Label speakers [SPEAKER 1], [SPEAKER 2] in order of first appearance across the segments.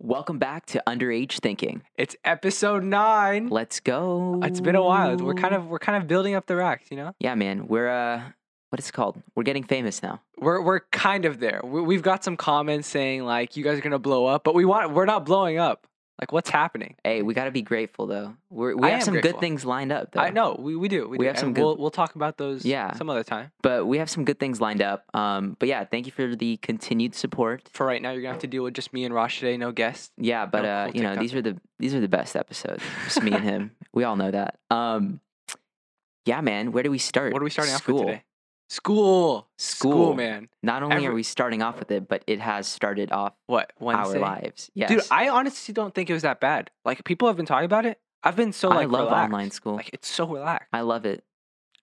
[SPEAKER 1] Welcome back to Underage Thinking.
[SPEAKER 2] It's episode nine.
[SPEAKER 1] Let's go.
[SPEAKER 2] Mm-hmm. It's been a while. We're kind of we're kind of building up the racks, you know.
[SPEAKER 1] Yeah, man. We're uh what is it called? We're getting famous now.
[SPEAKER 2] We're we're kind of there. We, we've got some comments saying like you guys are gonna blow up, but we want we're not blowing up. Like what's happening?
[SPEAKER 1] Hey, we got to be grateful though. We're, we
[SPEAKER 2] I
[SPEAKER 1] have
[SPEAKER 2] am
[SPEAKER 1] some
[SPEAKER 2] grateful.
[SPEAKER 1] good things lined up though.
[SPEAKER 2] I know we, we do we,
[SPEAKER 1] We
[SPEAKER 2] do.
[SPEAKER 1] have some
[SPEAKER 2] And
[SPEAKER 1] good-
[SPEAKER 2] We'll we'll talk about those
[SPEAKER 1] Yeah.
[SPEAKER 2] some other time.
[SPEAKER 1] But we have some good things lined up. Um but yeah, thank you for the continued support.
[SPEAKER 2] For right now, you're gonna have to deal with just me and Rosh today, no guest.
[SPEAKER 1] Yeah, but
[SPEAKER 2] No,
[SPEAKER 1] uh,
[SPEAKER 2] cool
[SPEAKER 1] you know,
[SPEAKER 2] TikTok.
[SPEAKER 1] these are the these are the best episodes. Just me and him. We all know that. Um yeah, man, where do we start?
[SPEAKER 2] What are we starting off
[SPEAKER 1] School.
[SPEAKER 2] with today? School.
[SPEAKER 1] School.
[SPEAKER 2] man.
[SPEAKER 1] Not only are
[SPEAKER 2] Every-
[SPEAKER 1] we starting off with it, but it has started off
[SPEAKER 2] What Wednesday?
[SPEAKER 1] our lives. Yes.
[SPEAKER 2] Dude, I honestly don't think it was that bad. Like people have been talking about it. I've been so
[SPEAKER 1] I
[SPEAKER 2] like
[SPEAKER 1] love
[SPEAKER 2] relaxed.
[SPEAKER 1] online school.
[SPEAKER 2] Like it's so relaxed.
[SPEAKER 1] I love it.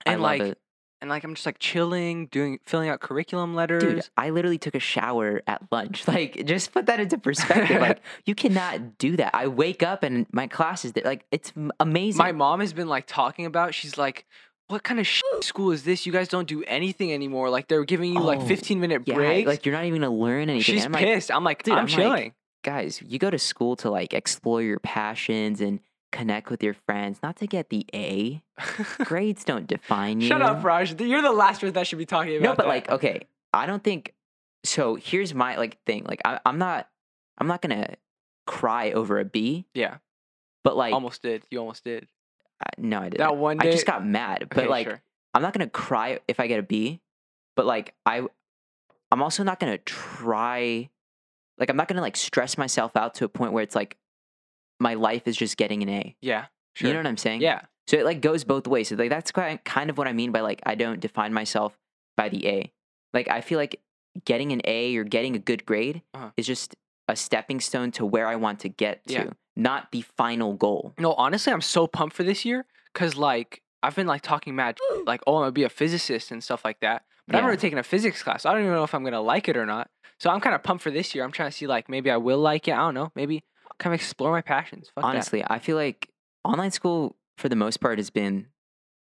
[SPEAKER 1] I
[SPEAKER 2] And,
[SPEAKER 1] love
[SPEAKER 2] like,
[SPEAKER 1] it.
[SPEAKER 2] and like I'm just like chilling, doing filling out curriculum letters.
[SPEAKER 1] Dude, I literally took a shower at lunch. Like, just put that into perspective. like, you cannot do that. I wake up and my class is there. Like, it's m- amazing.
[SPEAKER 2] My mom has been like talking about. She's like, "What kind of sh- school is this? You guys don't do anything anymore. Like they're giving you like
[SPEAKER 1] Oh,
[SPEAKER 2] 15 minute
[SPEAKER 1] yeah,
[SPEAKER 2] breaks.
[SPEAKER 1] like you're not even gonna learn anything.
[SPEAKER 2] she's
[SPEAKER 1] I'm like,
[SPEAKER 2] pissed. I'm like,
[SPEAKER 1] dude,
[SPEAKER 2] I'm,
[SPEAKER 1] I'm like-
[SPEAKER 2] chilling.
[SPEAKER 1] guys, you go to school to like explore your passions and connect with your friends, not to get the A. Grades don't define you.
[SPEAKER 2] Shut up, Raj. You're the last person that should be talking about.
[SPEAKER 1] No, but
[SPEAKER 2] that.
[SPEAKER 1] like, okay, I don't think. So here's my like thing. Like, I, I'm not, I'm not gonna cry over a B.
[SPEAKER 2] yeah,
[SPEAKER 1] But like,
[SPEAKER 2] almost did. You almost did.
[SPEAKER 1] I, Uh, no, I didn't.
[SPEAKER 2] That one day,
[SPEAKER 1] I just got mad, but
[SPEAKER 2] Okay,
[SPEAKER 1] like
[SPEAKER 2] sure.
[SPEAKER 1] I'm not gonna cry if I get a B, but like I, I'm also not gonna try, like I'm not gonna like stress myself out to a point where it's like my life is just getting an A.
[SPEAKER 2] yeah, sure.
[SPEAKER 1] You know what I'm saying?
[SPEAKER 2] yeah,
[SPEAKER 1] So it like goes both ways. So like that's quite, kind of what I mean by like I don't define myself by the A. Like I feel like getting an A or getting a good grade
[SPEAKER 2] Uh-huh.
[SPEAKER 1] is just a stepping stone to where I want to get to,
[SPEAKER 2] Yeah.
[SPEAKER 1] not the final goal.
[SPEAKER 2] No, honestly, I'm so pumped for this year because like I've been like talking mad, like oh, I'm gonna be a physicist and stuff like that. But I've
[SPEAKER 1] Yeah.
[SPEAKER 2] already taken a physics class. So I don't even know if I'm gonna like it or not. So I'm kind of pumped for this year. I'm trying to see like maybe I will like it. I don't know. Maybe kind of explore my passions. Fuck that.
[SPEAKER 1] honestly i feel like online school for the most part has been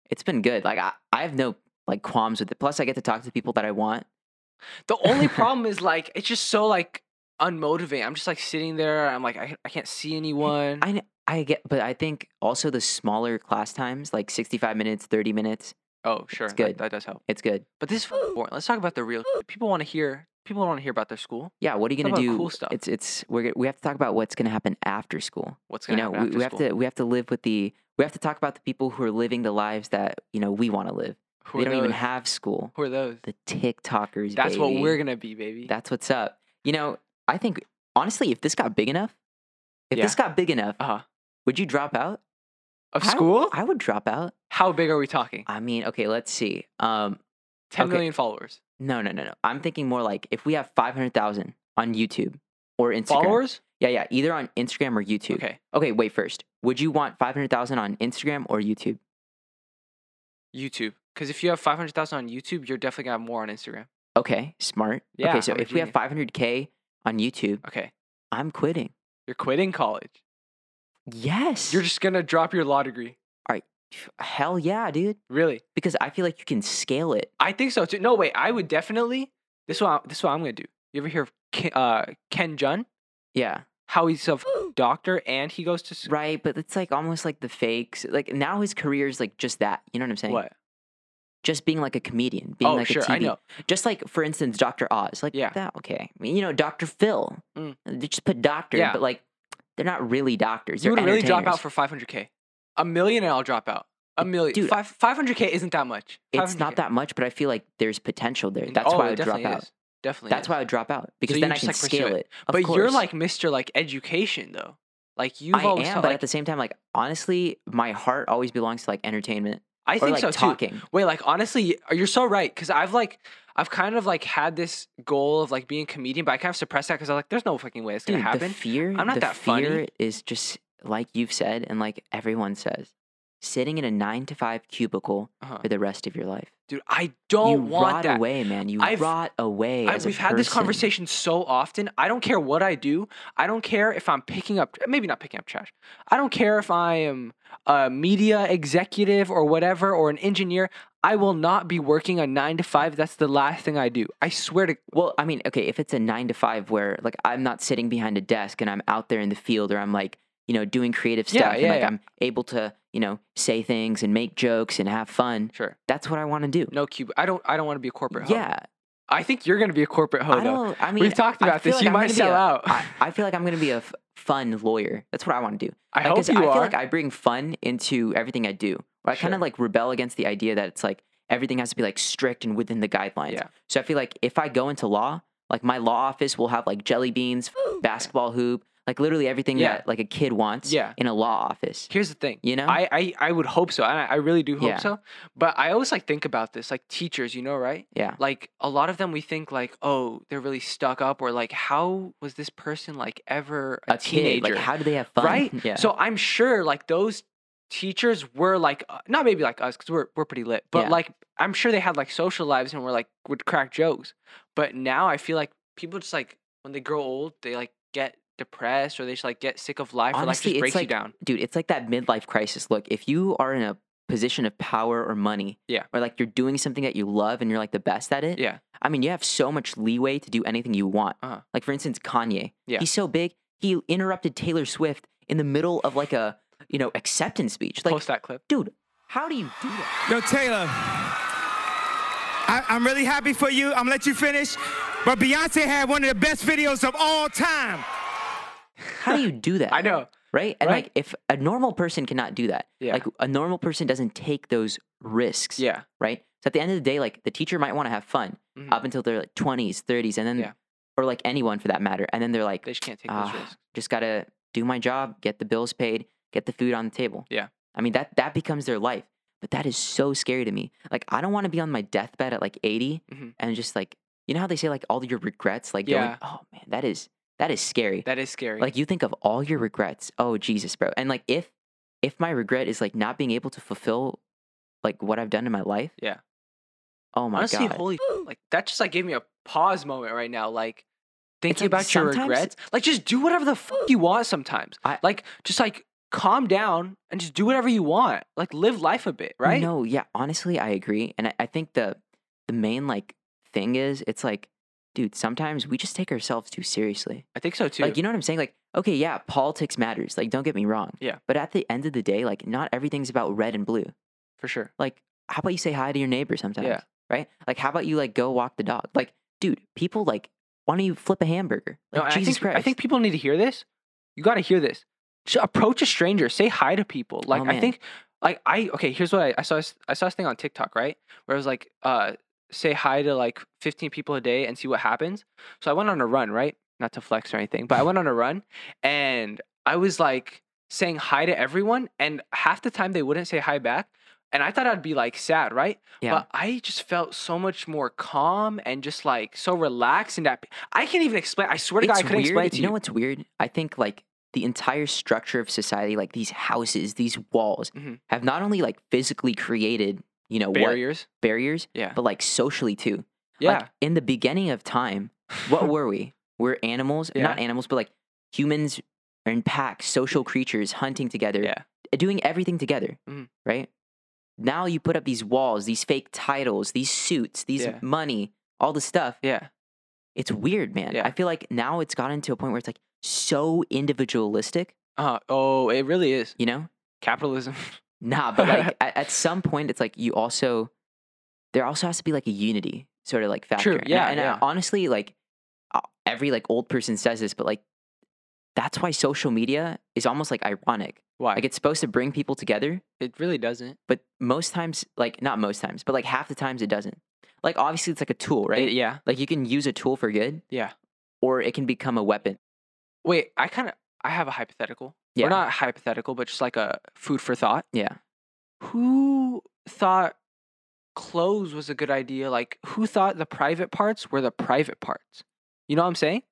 [SPEAKER 1] it's been good like I, I have no like qualms with it plus i get to talk to the people that i want
[SPEAKER 2] The only problem is like it's just so like unmotivating. I'm just like sitting there. I'm like I, I can't see anyone.
[SPEAKER 1] i kn- i get but i think also the smaller class times like 65 minutes 30 minutes
[SPEAKER 2] oh sure, that-
[SPEAKER 1] good.
[SPEAKER 2] That, does help.
[SPEAKER 1] it's good
[SPEAKER 2] But this is fucking boring. Let's talk about the real. People want to hear. People want to hear about their school.
[SPEAKER 1] yeah what are you
[SPEAKER 2] Talk
[SPEAKER 1] gonna
[SPEAKER 2] about
[SPEAKER 1] do
[SPEAKER 2] cool stuff.
[SPEAKER 1] it's it's we're gonna, we have to talk about what's gonna happen after school
[SPEAKER 2] What's
[SPEAKER 1] you
[SPEAKER 2] gonna
[SPEAKER 1] know we,
[SPEAKER 2] happen after
[SPEAKER 1] we have
[SPEAKER 2] school?
[SPEAKER 1] to we have to live with the we have to talk about the people who are living the lives that you know we want to live
[SPEAKER 2] Who
[SPEAKER 1] they
[SPEAKER 2] are
[SPEAKER 1] don't
[SPEAKER 2] those?
[SPEAKER 1] even have school
[SPEAKER 2] Who are those?
[SPEAKER 1] the tiktokers
[SPEAKER 2] That's what
[SPEAKER 1] baby.
[SPEAKER 2] we're gonna be, baby.
[SPEAKER 1] That's what's up. You know, I think honestly, if this got big enough, if
[SPEAKER 2] Yeah.
[SPEAKER 1] this got big enough,
[SPEAKER 2] Uh huh.
[SPEAKER 1] would you drop out
[SPEAKER 2] Of
[SPEAKER 1] I-
[SPEAKER 2] school?
[SPEAKER 1] I would drop out.
[SPEAKER 2] How big are we talking?
[SPEAKER 1] I mean, okay, let's see. Um,
[SPEAKER 2] Ten
[SPEAKER 1] okay.
[SPEAKER 2] million followers.
[SPEAKER 1] no, no, no, no. I'm thinking more like if we have five hundred thousand on YouTube or Instagram.
[SPEAKER 2] Followers?
[SPEAKER 1] Yeah, yeah. Either on Instagram or YouTube.
[SPEAKER 2] Okay.
[SPEAKER 1] Okay. Wait. First, would you want five hundred thousand on Instagram or YouTube?
[SPEAKER 2] YouTube. Because if you have 500,000 on YouTube, you're definitely going to have more on Instagram.
[SPEAKER 1] Okay. Smart.
[SPEAKER 2] Yeah,
[SPEAKER 1] okay. So
[SPEAKER 2] I'm a
[SPEAKER 1] if we have
[SPEAKER 2] genius.
[SPEAKER 1] five hundred k on YouTube,
[SPEAKER 2] Okay.
[SPEAKER 1] I'm quitting.
[SPEAKER 2] You're quitting college.
[SPEAKER 1] Yes.
[SPEAKER 2] You're just going to drop your law degree.
[SPEAKER 1] hell yeah, dude.
[SPEAKER 2] Really?
[SPEAKER 1] Because I feel like you can scale it.
[SPEAKER 2] I think so too. No, wait. I would definitely. This is what, I, this is what I'm going to do. You ever hear of Ken, uh, Ken Jun?
[SPEAKER 1] Yeah.
[SPEAKER 2] How he's a f- doctor and he goes to school.
[SPEAKER 1] Right, but it's like almost like the fakes. Like now his career is like just that. You know what I'm saying?
[SPEAKER 2] What?
[SPEAKER 1] Just being like a comedian, being
[SPEAKER 2] oh,
[SPEAKER 1] like
[SPEAKER 2] sure.
[SPEAKER 1] a TV.
[SPEAKER 2] I know.
[SPEAKER 1] Just like for instance, Dr. Oz. Like
[SPEAKER 2] Yeah.
[SPEAKER 1] that. Okay, I mean, you know, Dr. Phil.
[SPEAKER 2] Mm.
[SPEAKER 1] They just put doctor,
[SPEAKER 2] Yeah.
[SPEAKER 1] but like they're not really doctors.
[SPEAKER 2] You
[SPEAKER 1] they're
[SPEAKER 2] would really drop out
[SPEAKER 1] entertainers.
[SPEAKER 2] for 500K. A million and I'll drop out. A million.
[SPEAKER 1] dude,
[SPEAKER 2] Five, 500K isn't that much.
[SPEAKER 1] It's not
[SPEAKER 2] 500K.
[SPEAKER 1] that much, but I feel like there's potential there.
[SPEAKER 2] And-
[SPEAKER 1] That's
[SPEAKER 2] oh,
[SPEAKER 1] why I
[SPEAKER 2] it
[SPEAKER 1] would drop
[SPEAKER 2] definitely
[SPEAKER 1] out.
[SPEAKER 2] is. Definitely.
[SPEAKER 1] That's
[SPEAKER 2] is.
[SPEAKER 1] why I would drop out because
[SPEAKER 2] you
[SPEAKER 1] then I
[SPEAKER 2] just,
[SPEAKER 1] can
[SPEAKER 2] like, pursue
[SPEAKER 1] scale
[SPEAKER 2] it.
[SPEAKER 1] it. Of
[SPEAKER 2] but you're
[SPEAKER 1] course.
[SPEAKER 2] like Mr. Like Education though. Like you've
[SPEAKER 1] I
[SPEAKER 2] always
[SPEAKER 1] am,
[SPEAKER 2] felt
[SPEAKER 1] but
[SPEAKER 2] like
[SPEAKER 1] at the same time, like honestly, my heart always belongs to like entertainment
[SPEAKER 2] I
[SPEAKER 1] or
[SPEAKER 2] think
[SPEAKER 1] like
[SPEAKER 2] so too.
[SPEAKER 1] talking.
[SPEAKER 2] Wait, like honestly, y- you're so right because I've like I've kind of like had this goal of like being a comedian, but I kind of suppressed that because I was like, there's no fucking way it's gonna
[SPEAKER 1] Dude,
[SPEAKER 2] happen.
[SPEAKER 1] The fear,
[SPEAKER 2] I'm not
[SPEAKER 1] the
[SPEAKER 2] that funny.
[SPEAKER 1] fear is just like you've said and like everyone says, sitting in a nine to five cubicle
[SPEAKER 2] Uh-huh.
[SPEAKER 1] for the rest of your life.
[SPEAKER 2] Dude, I
[SPEAKER 1] you
[SPEAKER 2] don't
[SPEAKER 1] rot
[SPEAKER 2] want that.
[SPEAKER 1] away, man. You
[SPEAKER 2] I've-
[SPEAKER 1] rot away.
[SPEAKER 2] I,
[SPEAKER 1] as a
[SPEAKER 2] we've had this
[SPEAKER 1] person.
[SPEAKER 2] conversation so often. I don't care what I do. I don't care if I'm picking up, maybe not picking up trash. I don't care if I am a media executive or whatever, or an engineer. I will not be working a nine to five. That's the last thing I do. I swear to
[SPEAKER 1] Well, I mean, okay, if it's a nine to five where like I'm not sitting behind a desk and I'm out there in the field or I'm like, you know, doing creative
[SPEAKER 2] Yeah,
[SPEAKER 1] stuff and
[SPEAKER 2] yeah,
[SPEAKER 1] like
[SPEAKER 2] yeah.
[SPEAKER 1] I'm able to, you know, say things and make jokes and have fun,
[SPEAKER 2] sure.
[SPEAKER 1] that's what I want to do.
[SPEAKER 2] No cube. I don't. I don't want to be a corporate. Hoe.
[SPEAKER 1] yeah.
[SPEAKER 2] I think you're gonna be a corporate hoe.
[SPEAKER 1] I
[SPEAKER 2] though.
[SPEAKER 1] don't, I mean,
[SPEAKER 2] We've talked
[SPEAKER 1] I
[SPEAKER 2] about
[SPEAKER 1] feel
[SPEAKER 2] this.
[SPEAKER 1] like
[SPEAKER 2] you
[SPEAKER 1] I'm
[SPEAKER 2] might
[SPEAKER 1] gonna be
[SPEAKER 2] sell
[SPEAKER 1] a-
[SPEAKER 2] out.
[SPEAKER 1] I, I feel like I'm going to be a f- fun lawyer. That's what I want to do.
[SPEAKER 2] I
[SPEAKER 1] Like,
[SPEAKER 2] hope
[SPEAKER 1] 'cause
[SPEAKER 2] you
[SPEAKER 1] I
[SPEAKER 2] are.
[SPEAKER 1] feel like I bring fun into everything I do. Or I kind
[SPEAKER 2] Sure.
[SPEAKER 1] of like rebel against the idea that it's like everything has to be like strict and within the guidelines.
[SPEAKER 2] Yeah.
[SPEAKER 1] So I feel like if I go into law, like my law office will have like jelly beans, basketball hoop, like literally everything
[SPEAKER 2] Yeah.
[SPEAKER 1] that like a kid wants
[SPEAKER 2] Yeah.
[SPEAKER 1] in a law office.
[SPEAKER 2] Here's the thing.
[SPEAKER 1] You know?
[SPEAKER 2] I, I I would hope so, and I, I really do hope
[SPEAKER 1] Yeah.
[SPEAKER 2] so. But I always like think about this, like teachers, you know, right?
[SPEAKER 1] yeah.
[SPEAKER 2] Like a lot of them, we think like, oh, they're really stuck up, or like, how was this person like ever a,
[SPEAKER 1] A
[SPEAKER 2] teenager?
[SPEAKER 1] kid, like how do they have fun?
[SPEAKER 2] Right?
[SPEAKER 1] Yeah.
[SPEAKER 2] So I'm sure like those teachers were like uh, not maybe like us because we're we're pretty lit, but
[SPEAKER 1] Yeah.
[SPEAKER 2] like I'm sure they had like social lives and were like would crack jokes. But now I feel like people just like when they grow old, they like get depressed or they just like get sick of life
[SPEAKER 1] Honestly,
[SPEAKER 2] or like just
[SPEAKER 1] it's
[SPEAKER 2] breaks you
[SPEAKER 1] like-
[SPEAKER 2] down.
[SPEAKER 1] dude, it's like that midlife crisis. Look, if you are in a position of power or money,
[SPEAKER 2] Yeah.
[SPEAKER 1] or like you're doing something that you love and you're like the best at it,
[SPEAKER 2] Yeah.
[SPEAKER 1] I mean, you have so much leeway to do anything you want.
[SPEAKER 2] Uh-huh.
[SPEAKER 1] Like for instance, Kanye,
[SPEAKER 2] Yeah.
[SPEAKER 1] he's so big, he interrupted Taylor Swift in the middle of like a you know acceptance speech. Like,
[SPEAKER 2] Post that clip.
[SPEAKER 1] dude, how do you do that?
[SPEAKER 3] Yo, Taylor, I, I'm really happy for you. I'm gonna let you finish. But Beyonce had one of the best videos of all time.
[SPEAKER 1] How do you do that?
[SPEAKER 2] I know.
[SPEAKER 1] right? And
[SPEAKER 2] Right?
[SPEAKER 1] like, if a normal person cannot do that,
[SPEAKER 2] Yeah.
[SPEAKER 1] like a normal person doesn't take those risks.
[SPEAKER 2] Yeah.
[SPEAKER 1] right? So at the end of the day, like the teacher might want to have fun
[SPEAKER 2] Mhm.
[SPEAKER 1] up until they're like twenties, thirties, and then,
[SPEAKER 2] Yeah.
[SPEAKER 1] or like anyone for that matter, and then they're like,
[SPEAKER 2] They just can't take
[SPEAKER 1] "Ah,
[SPEAKER 2] those risks.
[SPEAKER 1] just gotta do my job, get the bills paid, get the food on the table.
[SPEAKER 2] Yeah.
[SPEAKER 1] I mean that that becomes their life, but that is so scary to me. Like I don't want to be on my deathbed at like 80
[SPEAKER 2] Mhm.
[SPEAKER 1] and just like you know how they say like all your regrets, like
[SPEAKER 2] Yeah.
[SPEAKER 1] going, oh man, that is that is scary.
[SPEAKER 2] That is scary.
[SPEAKER 1] Like you think of all your regrets. Oh Jesus, bro. And like if if my regret is like not being able to fulfill like what I've done in my life.
[SPEAKER 2] Yeah.
[SPEAKER 1] Oh my
[SPEAKER 2] honestly,
[SPEAKER 1] god.
[SPEAKER 2] holy like that just like gave me a pause moment right now. Like
[SPEAKER 1] It's
[SPEAKER 2] thinking
[SPEAKER 1] like
[SPEAKER 2] about your
[SPEAKER 1] sometimes-
[SPEAKER 2] regrets. Like just do whatever the fuck you want sometimes.
[SPEAKER 1] I-
[SPEAKER 2] like just like calm down and just do whatever you want. Like live life a bit, right?
[SPEAKER 1] No, yeah. Honestly, I agree. And I, I think the the main like thing is it's like, dude, sometimes we just take ourselves too seriously.
[SPEAKER 2] I think so too.
[SPEAKER 1] Like you know what I'm saying? Like, okay, yeah, politics matters. Like, don't get me wrong.
[SPEAKER 2] Yeah.
[SPEAKER 1] But at the end of the day, like not everything's about red and blue.
[SPEAKER 2] for sure.
[SPEAKER 1] Like, how about you say hi to your neighbor sometimes?
[SPEAKER 2] Yeah.
[SPEAKER 1] Right? Like how about you like go walk the dog? Like, dude, people like why don't you flip a hamburger?
[SPEAKER 2] No,
[SPEAKER 1] Like
[SPEAKER 2] and I
[SPEAKER 1] Jesus
[SPEAKER 2] think
[SPEAKER 1] Christ.
[SPEAKER 2] I think people need to hear this. You got to hear this. Just approach a stranger, say hi to people. Like I
[SPEAKER 1] Oh, man.
[SPEAKER 2] think, like I okay. Here's what I, I saw. this- I saw this thing on TikTok, right? Where it was like, uh, say hi to like 15 people a day and see what happens. So I went on a run, right? Not to flex or anything, but I went on a run and I was like saying hi to everyone, and half the time they wouldn't say hi back. And I thought I'd be like sad, right?
[SPEAKER 1] yeah.
[SPEAKER 2] But I just felt so much more calm and just like so relaxed and that I can't even explain. I swear to God, I couldn't
[SPEAKER 1] weird.
[SPEAKER 2] explain it to
[SPEAKER 1] you
[SPEAKER 2] you.
[SPEAKER 1] know what's weird? I think like the entire structure of society, like these houses, these walls,
[SPEAKER 2] Mhm.
[SPEAKER 1] have not only like physically created, you know, what
[SPEAKER 2] Barriers.
[SPEAKER 1] barriers,
[SPEAKER 2] Yeah.
[SPEAKER 1] but like socially too.
[SPEAKER 2] Yeah.
[SPEAKER 1] Like in the beginning of time, what were we? We're animals,
[SPEAKER 2] Yeah.
[SPEAKER 1] not animals, but like humans are in packs, social creatures, hunting together, uh,
[SPEAKER 2] Yeah.
[SPEAKER 1] doing everything together,
[SPEAKER 2] Mhm.
[SPEAKER 1] right? Now you put up these walls, these fake titles, these suits, these
[SPEAKER 2] Yeah.
[SPEAKER 1] money, all the stuff
[SPEAKER 2] yeah.
[SPEAKER 1] it's weird, man.
[SPEAKER 2] Yeah.
[SPEAKER 1] I feel like now it's gotten to a point where it's like so individualistic,
[SPEAKER 2] Uh, oh, it really is.
[SPEAKER 1] you know?
[SPEAKER 2] Capitalism.
[SPEAKER 1] Nah, but like at, at some point, it's like you also, there also has to be like a unity sort of like factor.
[SPEAKER 2] True,
[SPEAKER 1] And I-
[SPEAKER 2] yeah,
[SPEAKER 1] And, I
[SPEAKER 2] yeah.
[SPEAKER 1] honestly, like uh, every like old person says this, but like that's why social media is almost like ironic.
[SPEAKER 2] Why?
[SPEAKER 1] Like it's supposed to bring people together,
[SPEAKER 2] it really doesn't.
[SPEAKER 1] but most times, like not most times, but like half the times it doesn't. Like obviously, it's like a tool, right?
[SPEAKER 2] It- yeah.
[SPEAKER 1] Like you can use a tool for good,
[SPEAKER 2] Yeah.
[SPEAKER 1] or it can become a weapon.
[SPEAKER 2] Wait, I kind of I have a hypothetical.
[SPEAKER 1] Yeah.
[SPEAKER 2] Or not hypothetical, but just like a food for thought.
[SPEAKER 1] Yeah.
[SPEAKER 2] Who thought clothes was a good idea? Like, who thought the private parts were the private parts? You know what I'm saying?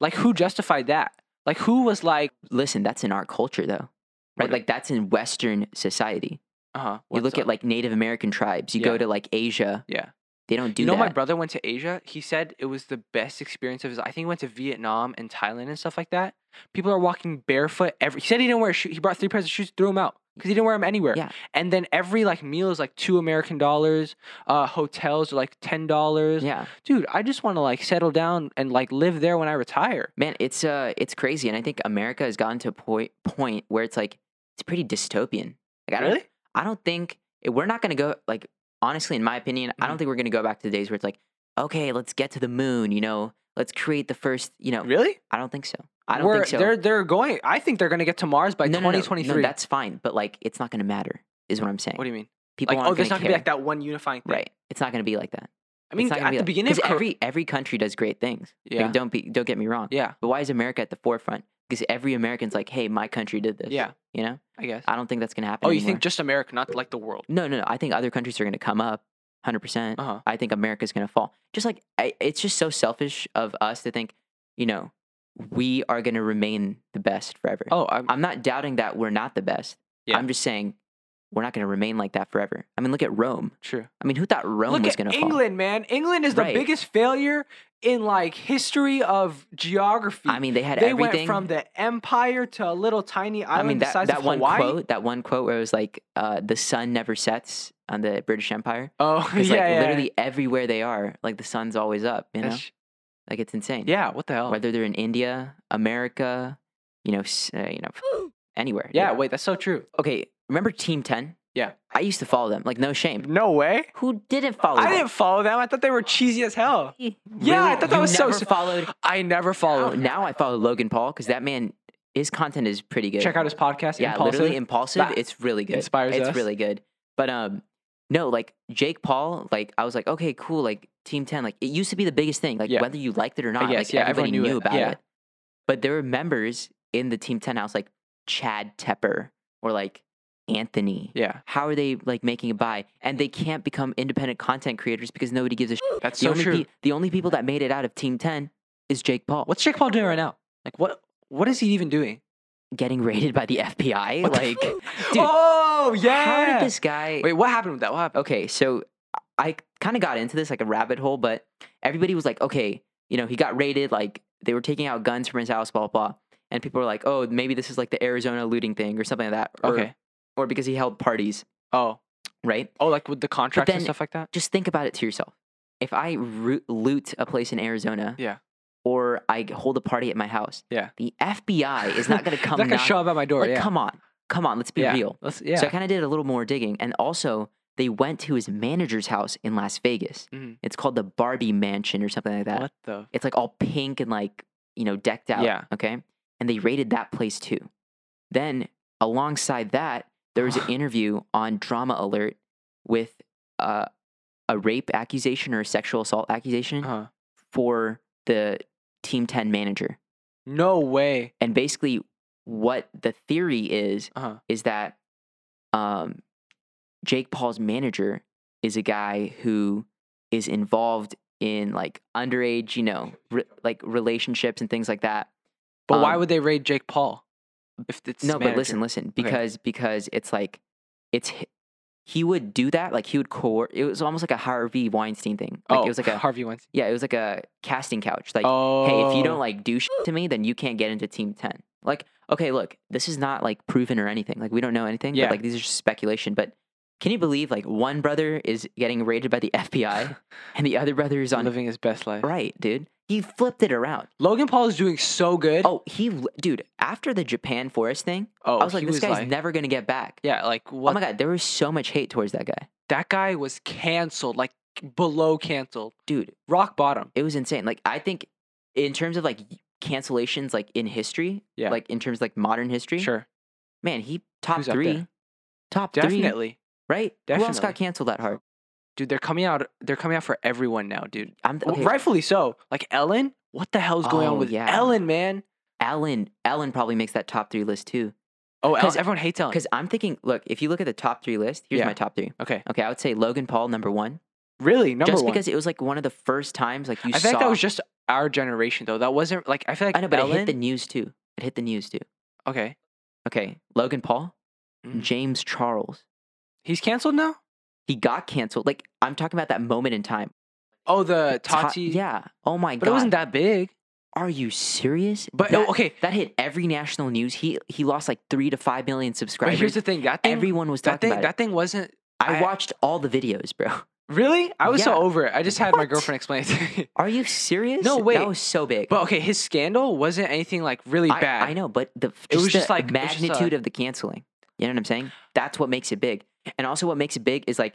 [SPEAKER 2] Like, who justified that? Like, who was like,
[SPEAKER 1] listen, that's in our culture though, right?
[SPEAKER 2] What-
[SPEAKER 1] Like that's in Western society.
[SPEAKER 2] uh huh.
[SPEAKER 1] You look at like Native American tribes. You
[SPEAKER 2] Yeah.
[SPEAKER 1] go to like Asia.
[SPEAKER 2] Yeah.
[SPEAKER 1] They don't do
[SPEAKER 2] you know,
[SPEAKER 1] that.
[SPEAKER 2] my brother went to Asia. He said it was the best experience of his. I think he went to Vietnam and Thailand and stuff like that. People are walking barefoot. Every he said he didn't wear a shoe. He brought three pairs of shoes, threw them out. because he didn't wear them anywhere.
[SPEAKER 1] Yeah.
[SPEAKER 2] And then every like meal is like two American dollars. Uh, hotels are like ten dollars.
[SPEAKER 1] Yeah,
[SPEAKER 2] Dude, I just want to like settle down and like live there when I retire.
[SPEAKER 1] man, it's uh, it's crazy, and I think America has gotten to a point point where it's like it's pretty dystopian. Like I don't, I don't think eh, we're not gonna go like honestly, in my opinion, I don't think we're gonna go back to the days where it's like, okay, let's get to the moon, you know, let's create the first, you know,
[SPEAKER 2] Really?
[SPEAKER 1] I don't think so. I don't
[SPEAKER 2] We're-
[SPEAKER 1] think so.
[SPEAKER 2] They're they're going. I think they're going to get to Mars by
[SPEAKER 1] No, no, no, no,
[SPEAKER 2] 2023.
[SPEAKER 1] that's fine, but like it's not gonna matter, is what I'm saying.
[SPEAKER 2] what do you mean?
[SPEAKER 1] People
[SPEAKER 2] like,
[SPEAKER 1] aren't
[SPEAKER 2] oh, there's not
[SPEAKER 1] gonna
[SPEAKER 2] going to
[SPEAKER 1] care.
[SPEAKER 2] be like that one unifying thing.
[SPEAKER 1] Right. It's not gonna be like that.
[SPEAKER 2] I mean,
[SPEAKER 1] it's not
[SPEAKER 2] at
[SPEAKER 1] gonna
[SPEAKER 2] the
[SPEAKER 1] be like,
[SPEAKER 2] beginning of
[SPEAKER 1] 'cause
[SPEAKER 2] Cor-
[SPEAKER 1] every every country does great things. Like,
[SPEAKER 2] Yeah.
[SPEAKER 1] don't be don't get me wrong.
[SPEAKER 2] yeah,
[SPEAKER 1] But why is America at the forefront? Because every American's like, hey, my country did this.
[SPEAKER 2] Yeah.
[SPEAKER 1] You know?
[SPEAKER 2] I guess.
[SPEAKER 1] I don't think that's gonna happen.
[SPEAKER 2] Oh, you
[SPEAKER 1] anymore.
[SPEAKER 2] think just America, not like the world?
[SPEAKER 1] No, no, no. I think other countries are going to come up 100%.
[SPEAKER 2] Uh-huh.
[SPEAKER 1] I think America's going to fall. Just like, I, it's just so selfish of us to think, you know, we are going to remain the best forever.
[SPEAKER 2] Oh, I'm,
[SPEAKER 1] I'm not doubting that we're not the best.
[SPEAKER 2] Yeah.
[SPEAKER 1] I'm just saying we're not going to remain like that forever. I mean, look at Rome.
[SPEAKER 2] true.
[SPEAKER 1] I mean, who thought Rome
[SPEAKER 2] Look
[SPEAKER 1] was
[SPEAKER 2] at
[SPEAKER 1] going to fall?
[SPEAKER 2] England, man. England is the
[SPEAKER 1] Right.
[SPEAKER 2] biggest failure in like history of geography.
[SPEAKER 1] I mean, they had
[SPEAKER 2] they
[SPEAKER 1] everything.
[SPEAKER 2] went from the empire to a little tiny
[SPEAKER 1] I
[SPEAKER 2] island
[SPEAKER 1] mean,
[SPEAKER 2] the
[SPEAKER 1] that,
[SPEAKER 2] size
[SPEAKER 1] that
[SPEAKER 2] of
[SPEAKER 1] one
[SPEAKER 2] Hawaii.
[SPEAKER 1] quote, that one quote where it was like, uh, the sun never sets on the British Empire.
[SPEAKER 2] Oh, yeah,
[SPEAKER 1] It's like
[SPEAKER 2] yeah,
[SPEAKER 1] literally everywhere they are, like the sun's always up, you know?
[SPEAKER 2] That's-
[SPEAKER 1] like it's insane. Oh,
[SPEAKER 2] yeah. What the hell?
[SPEAKER 1] whether they're in India, America, you know, s- uh, you know, anywhere.
[SPEAKER 2] yeah,
[SPEAKER 1] dude.
[SPEAKER 2] wait, that's so true.
[SPEAKER 1] Okay. Remember Team Ten?
[SPEAKER 2] Yeah.
[SPEAKER 1] I used to follow them. Like no shame.
[SPEAKER 2] No way.
[SPEAKER 1] Who didn't follow?
[SPEAKER 2] I
[SPEAKER 1] them?
[SPEAKER 2] didn't follow them. I thought they were cheesy as hell.
[SPEAKER 1] Really?
[SPEAKER 2] Yeah, I thought that
[SPEAKER 1] You
[SPEAKER 2] was so
[SPEAKER 1] never followed.
[SPEAKER 2] I never
[SPEAKER 1] Oh,
[SPEAKER 2] followed.
[SPEAKER 1] now I follow Logan Paul because that man, his content is pretty good.
[SPEAKER 2] Check out his podcast.
[SPEAKER 1] Yeah,
[SPEAKER 2] Impulsive.
[SPEAKER 1] literally impulsive.
[SPEAKER 2] That
[SPEAKER 1] it's really good.
[SPEAKER 2] inspires
[SPEAKER 1] It's
[SPEAKER 2] us.
[SPEAKER 1] really good. But um, no, like Jake Paul, like I was like, okay, cool. Like Team Ten, like it used to be the biggest thing. Like
[SPEAKER 2] Yeah.
[SPEAKER 1] whether you liked it or not,
[SPEAKER 2] guess,
[SPEAKER 1] like
[SPEAKER 2] yeah,
[SPEAKER 1] everybody
[SPEAKER 2] everyone knew
[SPEAKER 1] knew,
[SPEAKER 2] it,
[SPEAKER 1] about
[SPEAKER 2] yeah.
[SPEAKER 1] it. But there were members in the Team Ten house, like Chad Tepper or like Anthony.
[SPEAKER 2] yeah,
[SPEAKER 1] How are they like making a buy? And they can't become independent content creators because nobody gives a shit.
[SPEAKER 2] that's
[SPEAKER 1] the
[SPEAKER 2] so
[SPEAKER 1] only
[SPEAKER 2] true.
[SPEAKER 1] pe- the only people that made it out of Team Ten is Jake Paul.
[SPEAKER 2] What's Jake Paul doing right now? Like, what? What is he even doing?
[SPEAKER 1] getting raided by the FBI?
[SPEAKER 2] What the
[SPEAKER 1] like,
[SPEAKER 2] fuck?
[SPEAKER 1] dude,
[SPEAKER 2] oh yeah.
[SPEAKER 1] how did this guy?
[SPEAKER 2] Wait, what happened with that? What happened?
[SPEAKER 1] okay, so I kind of got into this like a rabbit hole, but everybody was like, okay, you know, he got raided, like they were taking out guns from his house, blah, blah, blah. And people were like, oh, maybe this is like the Arizona looting thing or something like that. Or,
[SPEAKER 2] Okay.
[SPEAKER 1] Or because he held parties,
[SPEAKER 2] Oh,
[SPEAKER 1] right?
[SPEAKER 2] oh, like with the contracts and
[SPEAKER 1] then-
[SPEAKER 2] stuff like that.
[SPEAKER 1] Just think about it to yourself. If I roo- loot a place in Arizona,
[SPEAKER 2] Yeah.
[SPEAKER 1] or I g- hold a party at my house,
[SPEAKER 2] Yeah.
[SPEAKER 1] the FBI is not going to come
[SPEAKER 2] Not gonna
[SPEAKER 1] knock-
[SPEAKER 2] show up at my door.
[SPEAKER 1] like,
[SPEAKER 2] yeah.
[SPEAKER 1] come on. Come on, let's be
[SPEAKER 2] yeah.
[SPEAKER 1] real.
[SPEAKER 2] Let's, yeah.
[SPEAKER 1] So I kind of did a little more digging. And also, they went to his manager's house in Las Vegas.
[SPEAKER 2] Mhm.
[SPEAKER 1] It's called the Barbie Mansion or something like that.
[SPEAKER 2] what the?
[SPEAKER 1] It's like all pink and like, you know, decked out.
[SPEAKER 2] Yeah.
[SPEAKER 1] Okay. And they raided that place too. Then, alongside that, there was an interview on Drama Alert with uh, a rape accusation or a sexual assault accusation
[SPEAKER 2] Uh,
[SPEAKER 1] for the Team 10 manager.
[SPEAKER 2] no way.
[SPEAKER 1] And basically, what the theory is
[SPEAKER 2] Uh huh.
[SPEAKER 1] is that um, Jake Paul's manager is a guy who is involved in like underage, you know, re- like relationships and things like that.
[SPEAKER 2] But why
[SPEAKER 1] Um,
[SPEAKER 2] would they raid Jake Paul? If it's his
[SPEAKER 1] no, but
[SPEAKER 2] manager?
[SPEAKER 1] listen, listen,
[SPEAKER 2] Okay.
[SPEAKER 1] because because it's like it's h- he would do that, like he would coerce. It was almost like a Harvey Weinstein thing. Like
[SPEAKER 2] oh,
[SPEAKER 1] it was like a
[SPEAKER 2] Harvey Weinstein.
[SPEAKER 1] yeah, it was like a casting couch. Like
[SPEAKER 2] oh,
[SPEAKER 1] hey, if you don't like do shit to me, then you can't get into Team 10. Like, okay, look, this is not like proven or anything. Like, we don't know anything.
[SPEAKER 2] Yeah.
[SPEAKER 1] But, like, these are just speculation. But can you believe, like, one brother is getting raided by the FBI and the other brother is on.
[SPEAKER 2] living his best life.
[SPEAKER 1] Right, dude. He flipped it around.
[SPEAKER 2] Logan Paul is doing so good.
[SPEAKER 1] Oh, he, l- dude, after the Japan Forest thing,
[SPEAKER 2] Oh,
[SPEAKER 1] I was like,
[SPEAKER 2] he
[SPEAKER 1] this guy's
[SPEAKER 2] like-
[SPEAKER 1] never going to get back.
[SPEAKER 2] Yeah, like what?
[SPEAKER 1] Oh my God, there was so much hate towards that guy.
[SPEAKER 2] That guy was canceled, like below canceled,
[SPEAKER 1] Dude,
[SPEAKER 2] rock bottom.
[SPEAKER 1] it was insane. Like, I think in terms of like cancellations, like in history,
[SPEAKER 2] Yeah.
[SPEAKER 1] like in terms of like modern history,
[SPEAKER 2] Sure,
[SPEAKER 1] man, he top
[SPEAKER 2] Who's up there?
[SPEAKER 1] three, top three,
[SPEAKER 2] definitely,
[SPEAKER 1] right? Who else
[SPEAKER 2] Definitely.
[SPEAKER 1] got canceled that hard?
[SPEAKER 2] dude. They're coming out. They're coming out for everyone now, dude.
[SPEAKER 1] I'm
[SPEAKER 2] W-
[SPEAKER 1] okay,
[SPEAKER 2] Rightfully so. Like Ellen, what the hell's going on
[SPEAKER 1] Oh,
[SPEAKER 2] with
[SPEAKER 1] yeah.
[SPEAKER 2] Ellen, man?
[SPEAKER 1] Ellen, Ellen probably makes that top three list too.
[SPEAKER 2] Oh, Ellen,
[SPEAKER 1] 'Cause-
[SPEAKER 2] everyone hates Ellen.
[SPEAKER 1] Because I'm thinking, look, if you look at the top three list, here's
[SPEAKER 2] Yeah.
[SPEAKER 1] my top three.
[SPEAKER 2] Okay,
[SPEAKER 1] Okay, I would say Logan Paul number one,
[SPEAKER 2] really, number
[SPEAKER 1] just
[SPEAKER 2] one.
[SPEAKER 1] because it was like one of the first times like you
[SPEAKER 2] I
[SPEAKER 1] saw.
[SPEAKER 2] think that was just our generation, though. That wasn't like I feel like
[SPEAKER 1] I know, but
[SPEAKER 2] Ellen.
[SPEAKER 1] it hit the news too. It hit the news too.
[SPEAKER 2] okay,
[SPEAKER 1] Okay, Logan Paul,
[SPEAKER 2] Mm.
[SPEAKER 1] James Charles,
[SPEAKER 2] he's canceled now.
[SPEAKER 1] he got canceled. Like I'm talking about that moment in time.
[SPEAKER 2] Oh, the
[SPEAKER 1] Ta-
[SPEAKER 2] Tati.
[SPEAKER 1] yeah. Oh my
[SPEAKER 2] but
[SPEAKER 1] god.
[SPEAKER 2] it wasn't that big.
[SPEAKER 1] Are you serious?
[SPEAKER 2] But,
[SPEAKER 1] that,
[SPEAKER 2] oh, okay.
[SPEAKER 1] that hit every national news. He he lost like three to five million subscribers.
[SPEAKER 2] But here's the thing. That thing,
[SPEAKER 1] Everyone was
[SPEAKER 2] that
[SPEAKER 1] talking
[SPEAKER 2] thing,
[SPEAKER 1] about it.
[SPEAKER 2] that thing wasn't
[SPEAKER 1] I
[SPEAKER 2] I-
[SPEAKER 1] watched all the videos, bro.
[SPEAKER 2] really. I was so
[SPEAKER 1] Yeah.
[SPEAKER 2] over it. I just had my
[SPEAKER 1] What?
[SPEAKER 2] girlfriend explain it. to me.
[SPEAKER 1] Are you serious?
[SPEAKER 2] No, wait.
[SPEAKER 1] That was so big.
[SPEAKER 2] But okay, his scandal wasn't anything like really
[SPEAKER 1] I,
[SPEAKER 2] bad.
[SPEAKER 1] I know, but the just
[SPEAKER 2] was
[SPEAKER 1] the
[SPEAKER 2] just like- it was just uh,
[SPEAKER 1] magnitude
[SPEAKER 2] a-
[SPEAKER 1] of the canceling. You know what I'm saying? That's what makes it big. And also, what makes it big is like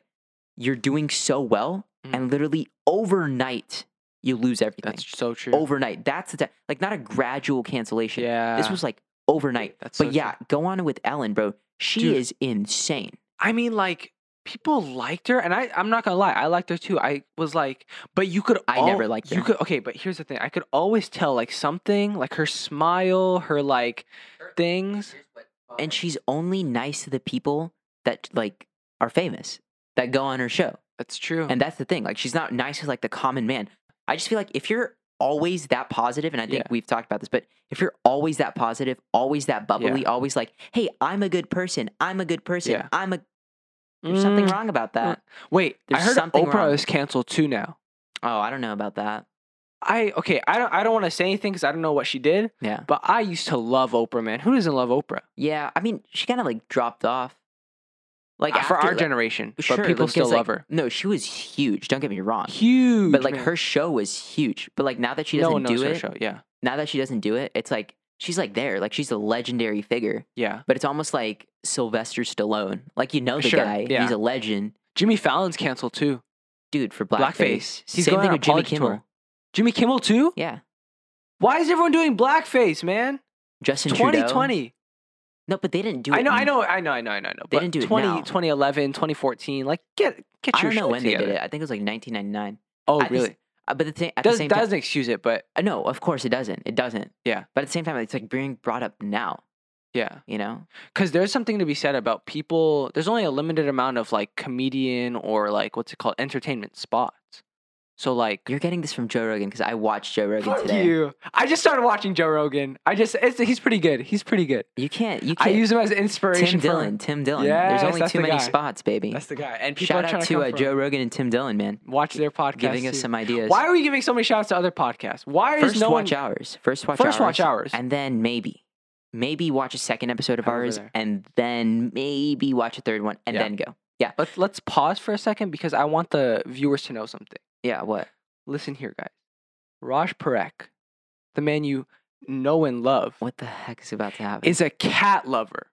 [SPEAKER 1] you're doing so well,
[SPEAKER 2] Mhm.
[SPEAKER 1] and literally overnight you lose everything.
[SPEAKER 2] That's so true.
[SPEAKER 1] overnight. That's the time. Like not a gradual cancellation.
[SPEAKER 2] yeah.
[SPEAKER 1] This was like overnight.
[SPEAKER 2] That's so
[SPEAKER 1] but yeah, go on with Ellen, bro. She
[SPEAKER 2] Dude.
[SPEAKER 1] is insane.
[SPEAKER 2] I mean, like people liked her, and I I'm not gonna lie, I liked her too. I was like, but you could.
[SPEAKER 1] I
[SPEAKER 2] al-
[SPEAKER 1] never liked
[SPEAKER 2] You
[SPEAKER 1] her.
[SPEAKER 2] could okay, but here's the thing. I could always tell like something, like her smile, her like things.
[SPEAKER 1] And she's only nice to the people that like are famous that go on her show.
[SPEAKER 2] That's true.
[SPEAKER 1] And that's the thing. Like she's not nice to like the common man. I just feel like if you're always that positive, and I think
[SPEAKER 2] Yeah.
[SPEAKER 1] we've talked about this, but if you're always that positive, always that bubbly, always like, hey, I'm a good person. I'm a good person.
[SPEAKER 2] Yeah.
[SPEAKER 1] I'm a there's something
[SPEAKER 2] Mm,
[SPEAKER 1] wrong about that.
[SPEAKER 2] Wait, I
[SPEAKER 1] there's
[SPEAKER 2] heard
[SPEAKER 1] something
[SPEAKER 2] Oprah
[SPEAKER 1] wrong.
[SPEAKER 2] is canceled too now.
[SPEAKER 1] Oh, I don't know about that.
[SPEAKER 2] I okay. I don't. I don't want to say anything because I don't know what she did.
[SPEAKER 1] Yeah.
[SPEAKER 2] But I used to love Oprah, man. Who doesn't love Oprah?
[SPEAKER 1] Yeah. I mean, she kind of like dropped off. Like
[SPEAKER 2] Uh, for
[SPEAKER 1] after,
[SPEAKER 2] our
[SPEAKER 1] like-
[SPEAKER 2] generation,
[SPEAKER 1] sure,
[SPEAKER 2] but people
[SPEAKER 1] like, 'cause,
[SPEAKER 2] still
[SPEAKER 1] like,
[SPEAKER 2] love her.
[SPEAKER 1] No, she was huge. Don't get me wrong.
[SPEAKER 2] Huge,
[SPEAKER 1] but like
[SPEAKER 2] man.
[SPEAKER 1] her show was huge. But like now that she
[SPEAKER 2] no
[SPEAKER 1] doesn't
[SPEAKER 2] one knows
[SPEAKER 1] do
[SPEAKER 2] her
[SPEAKER 1] it,
[SPEAKER 2] show. Yeah,
[SPEAKER 1] now that she doesn't do it, it's like she's like there. Like she's a legendary figure.
[SPEAKER 2] yeah.
[SPEAKER 1] But it's almost like Sylvester Stallone. Like you know the
[SPEAKER 2] Sure,
[SPEAKER 1] guy.
[SPEAKER 2] yeah.
[SPEAKER 1] He's a legend.
[SPEAKER 2] Jimmy Fallon's canceled too.
[SPEAKER 1] Dude for blackface.
[SPEAKER 2] Blackface. He's
[SPEAKER 1] Same
[SPEAKER 2] going
[SPEAKER 1] thing with
[SPEAKER 2] on a
[SPEAKER 1] Jimmy
[SPEAKER 2] apology
[SPEAKER 1] Kimmel.
[SPEAKER 2] tour. Jimmy Kimmel too?
[SPEAKER 1] Yeah.
[SPEAKER 2] Why is everyone doing blackface, man?
[SPEAKER 1] Justin Trudeau.
[SPEAKER 2] 2020.
[SPEAKER 1] No, but they didn't do it.
[SPEAKER 2] I know, I
[SPEAKER 1] in-
[SPEAKER 2] know, I know, I know, I know. I know,
[SPEAKER 1] They
[SPEAKER 2] But
[SPEAKER 1] didn't do it
[SPEAKER 2] 20,
[SPEAKER 1] now.
[SPEAKER 2] 2011, 2014. Like, get get
[SPEAKER 1] I
[SPEAKER 2] your
[SPEAKER 1] don't know
[SPEAKER 2] shit
[SPEAKER 1] when
[SPEAKER 2] together.
[SPEAKER 1] they did it. I think it was like 1999.
[SPEAKER 2] Oh,
[SPEAKER 1] I just-
[SPEAKER 2] really?
[SPEAKER 1] Uh, but the thing at
[SPEAKER 2] Does,
[SPEAKER 1] the same time,
[SPEAKER 2] doesn't excuse it, but
[SPEAKER 1] Uh, no, of course it doesn't. It doesn't.
[SPEAKER 2] Yeah.
[SPEAKER 1] But at the same time, it's like being brought up now.
[SPEAKER 2] yeah,
[SPEAKER 1] You know.
[SPEAKER 2] because there's something to be said about people. There's only a limited amount of like comedian or like what's it called entertainment spots. So like,
[SPEAKER 1] You're getting this from Joe Rogan because I watched Joe Rogan
[SPEAKER 2] fuck
[SPEAKER 1] today.
[SPEAKER 2] you. I just started watching Joe Rogan. I just it's, he's pretty good. He's pretty good.
[SPEAKER 1] You can't. You
[SPEAKER 2] I
[SPEAKER 1] can't.
[SPEAKER 2] use him as an
[SPEAKER 1] Tim
[SPEAKER 2] inspiration. for-
[SPEAKER 1] Dillon. Tim Dillon.
[SPEAKER 2] Yes,
[SPEAKER 1] There's only
[SPEAKER 2] that's
[SPEAKER 1] too
[SPEAKER 2] the
[SPEAKER 1] many
[SPEAKER 2] guy.
[SPEAKER 1] spots, baby.
[SPEAKER 2] That's the guy. And people
[SPEAKER 1] Shout
[SPEAKER 2] are trying
[SPEAKER 1] out
[SPEAKER 2] to,
[SPEAKER 1] to
[SPEAKER 2] come
[SPEAKER 1] uh,
[SPEAKER 2] from-
[SPEAKER 1] Joe Rogan and Tim Dillon, man,
[SPEAKER 2] Watch their podcast.
[SPEAKER 1] giving us
[SPEAKER 2] too.
[SPEAKER 1] some ideas.
[SPEAKER 2] Why are we giving so many shouts to other podcasts? Why is
[SPEAKER 1] First
[SPEAKER 2] no
[SPEAKER 1] watch
[SPEAKER 2] one?
[SPEAKER 1] hours. First watch hours.
[SPEAKER 2] First watch hours.
[SPEAKER 1] And then maybe, maybe watch a second episode of
[SPEAKER 2] Head over
[SPEAKER 1] ours,
[SPEAKER 2] there.
[SPEAKER 1] and then maybe watch a third one, and
[SPEAKER 2] Yeah.
[SPEAKER 1] then go.
[SPEAKER 2] Let's let's pause for a second because I want the viewers to know something.
[SPEAKER 1] Yeah. What?
[SPEAKER 2] Listen here, guys. Raj Parekh, the man you know and love,
[SPEAKER 1] What the heck is about to happen?
[SPEAKER 2] is a cat lover.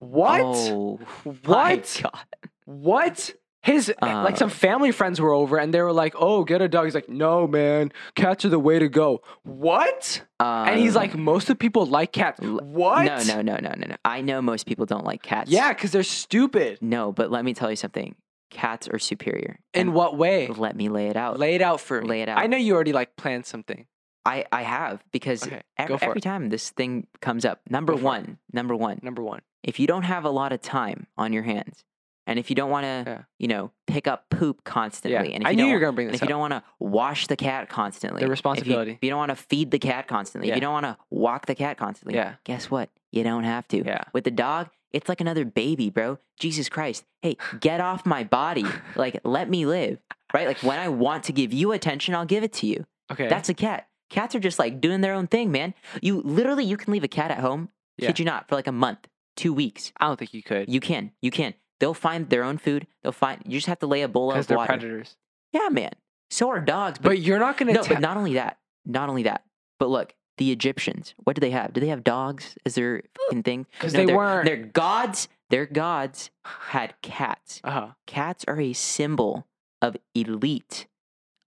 [SPEAKER 2] What?
[SPEAKER 1] Oh, my
[SPEAKER 2] what?
[SPEAKER 1] God.
[SPEAKER 2] What? His eh, like some
[SPEAKER 1] Uh,
[SPEAKER 2] family friends were over and they were like, "Oh, get a dog." He's like, "No, man, cats are the way to go." What? and he's
[SPEAKER 1] Um,
[SPEAKER 2] like, "Most of the people like cats."
[SPEAKER 1] l-
[SPEAKER 2] What?
[SPEAKER 1] No, no, no, no, no, no. I know most people don't like cats.
[SPEAKER 2] Yeah, because they're stupid.
[SPEAKER 1] No, but let me tell you something. Cats are superior.
[SPEAKER 2] In what way?
[SPEAKER 1] And let me lay it out.
[SPEAKER 2] Lay it out for me.
[SPEAKER 1] Lay it
[SPEAKER 2] I
[SPEAKER 1] out.
[SPEAKER 2] know you already like planned something.
[SPEAKER 1] I, I have because
[SPEAKER 2] Okay,
[SPEAKER 1] ev-
[SPEAKER 2] go for
[SPEAKER 1] every
[SPEAKER 2] it.
[SPEAKER 1] time this thing comes up, number
[SPEAKER 2] Go for it.
[SPEAKER 1] one, number one,
[SPEAKER 2] Number one.
[SPEAKER 1] if you don't have a lot of time on your hands, and if you don't want to,
[SPEAKER 2] Yeah.
[SPEAKER 1] you know, pick up poop constantly,
[SPEAKER 2] Yeah.
[SPEAKER 1] and if
[SPEAKER 2] I
[SPEAKER 1] you
[SPEAKER 2] knew
[SPEAKER 1] don't,
[SPEAKER 2] you were gonna bring
[SPEAKER 1] and
[SPEAKER 2] this
[SPEAKER 1] if you
[SPEAKER 2] up.
[SPEAKER 1] don't want to wash the cat constantly, if you-
[SPEAKER 2] responsibility.
[SPEAKER 1] If you, don't want to feed the cat constantly, if
[SPEAKER 2] Yeah.
[SPEAKER 1] you don't want to walk the cat constantly,
[SPEAKER 2] Yeah.
[SPEAKER 1] guess what? You don't have to.
[SPEAKER 2] Yeah.
[SPEAKER 1] With the dog, it's like another baby, bro. Jesus Christ. Hey, get off my body. Like, let me live. Right? Like, when I want to give you attention, I'll give it to you.
[SPEAKER 2] Okay.
[SPEAKER 1] That's a cat. Cats are just like doing their own thing, man. You literally, you can leave a cat at home,
[SPEAKER 2] Yeah.
[SPEAKER 1] kid you not, for like a month, two weeks.
[SPEAKER 2] I don't think you could.
[SPEAKER 1] You can, you can. They'll find their own food. They'll find, you just have to lay a bowl
[SPEAKER 2] Because
[SPEAKER 1] of
[SPEAKER 2] they're
[SPEAKER 1] water.
[SPEAKER 2] predators.
[SPEAKER 1] Yeah, man. So are dogs.
[SPEAKER 2] But you're not gonna.
[SPEAKER 1] No,
[SPEAKER 2] ta-
[SPEAKER 1] but not only that, not only that, but look, the Egyptians, what do they have? Do they have dogs as their fucking thing?
[SPEAKER 2] 'Cause
[SPEAKER 1] No,
[SPEAKER 2] they
[SPEAKER 1] their-
[SPEAKER 2] weren't.
[SPEAKER 1] Their gods, their gods had cats.
[SPEAKER 2] uh-huh.
[SPEAKER 1] Cats are a symbol of elite,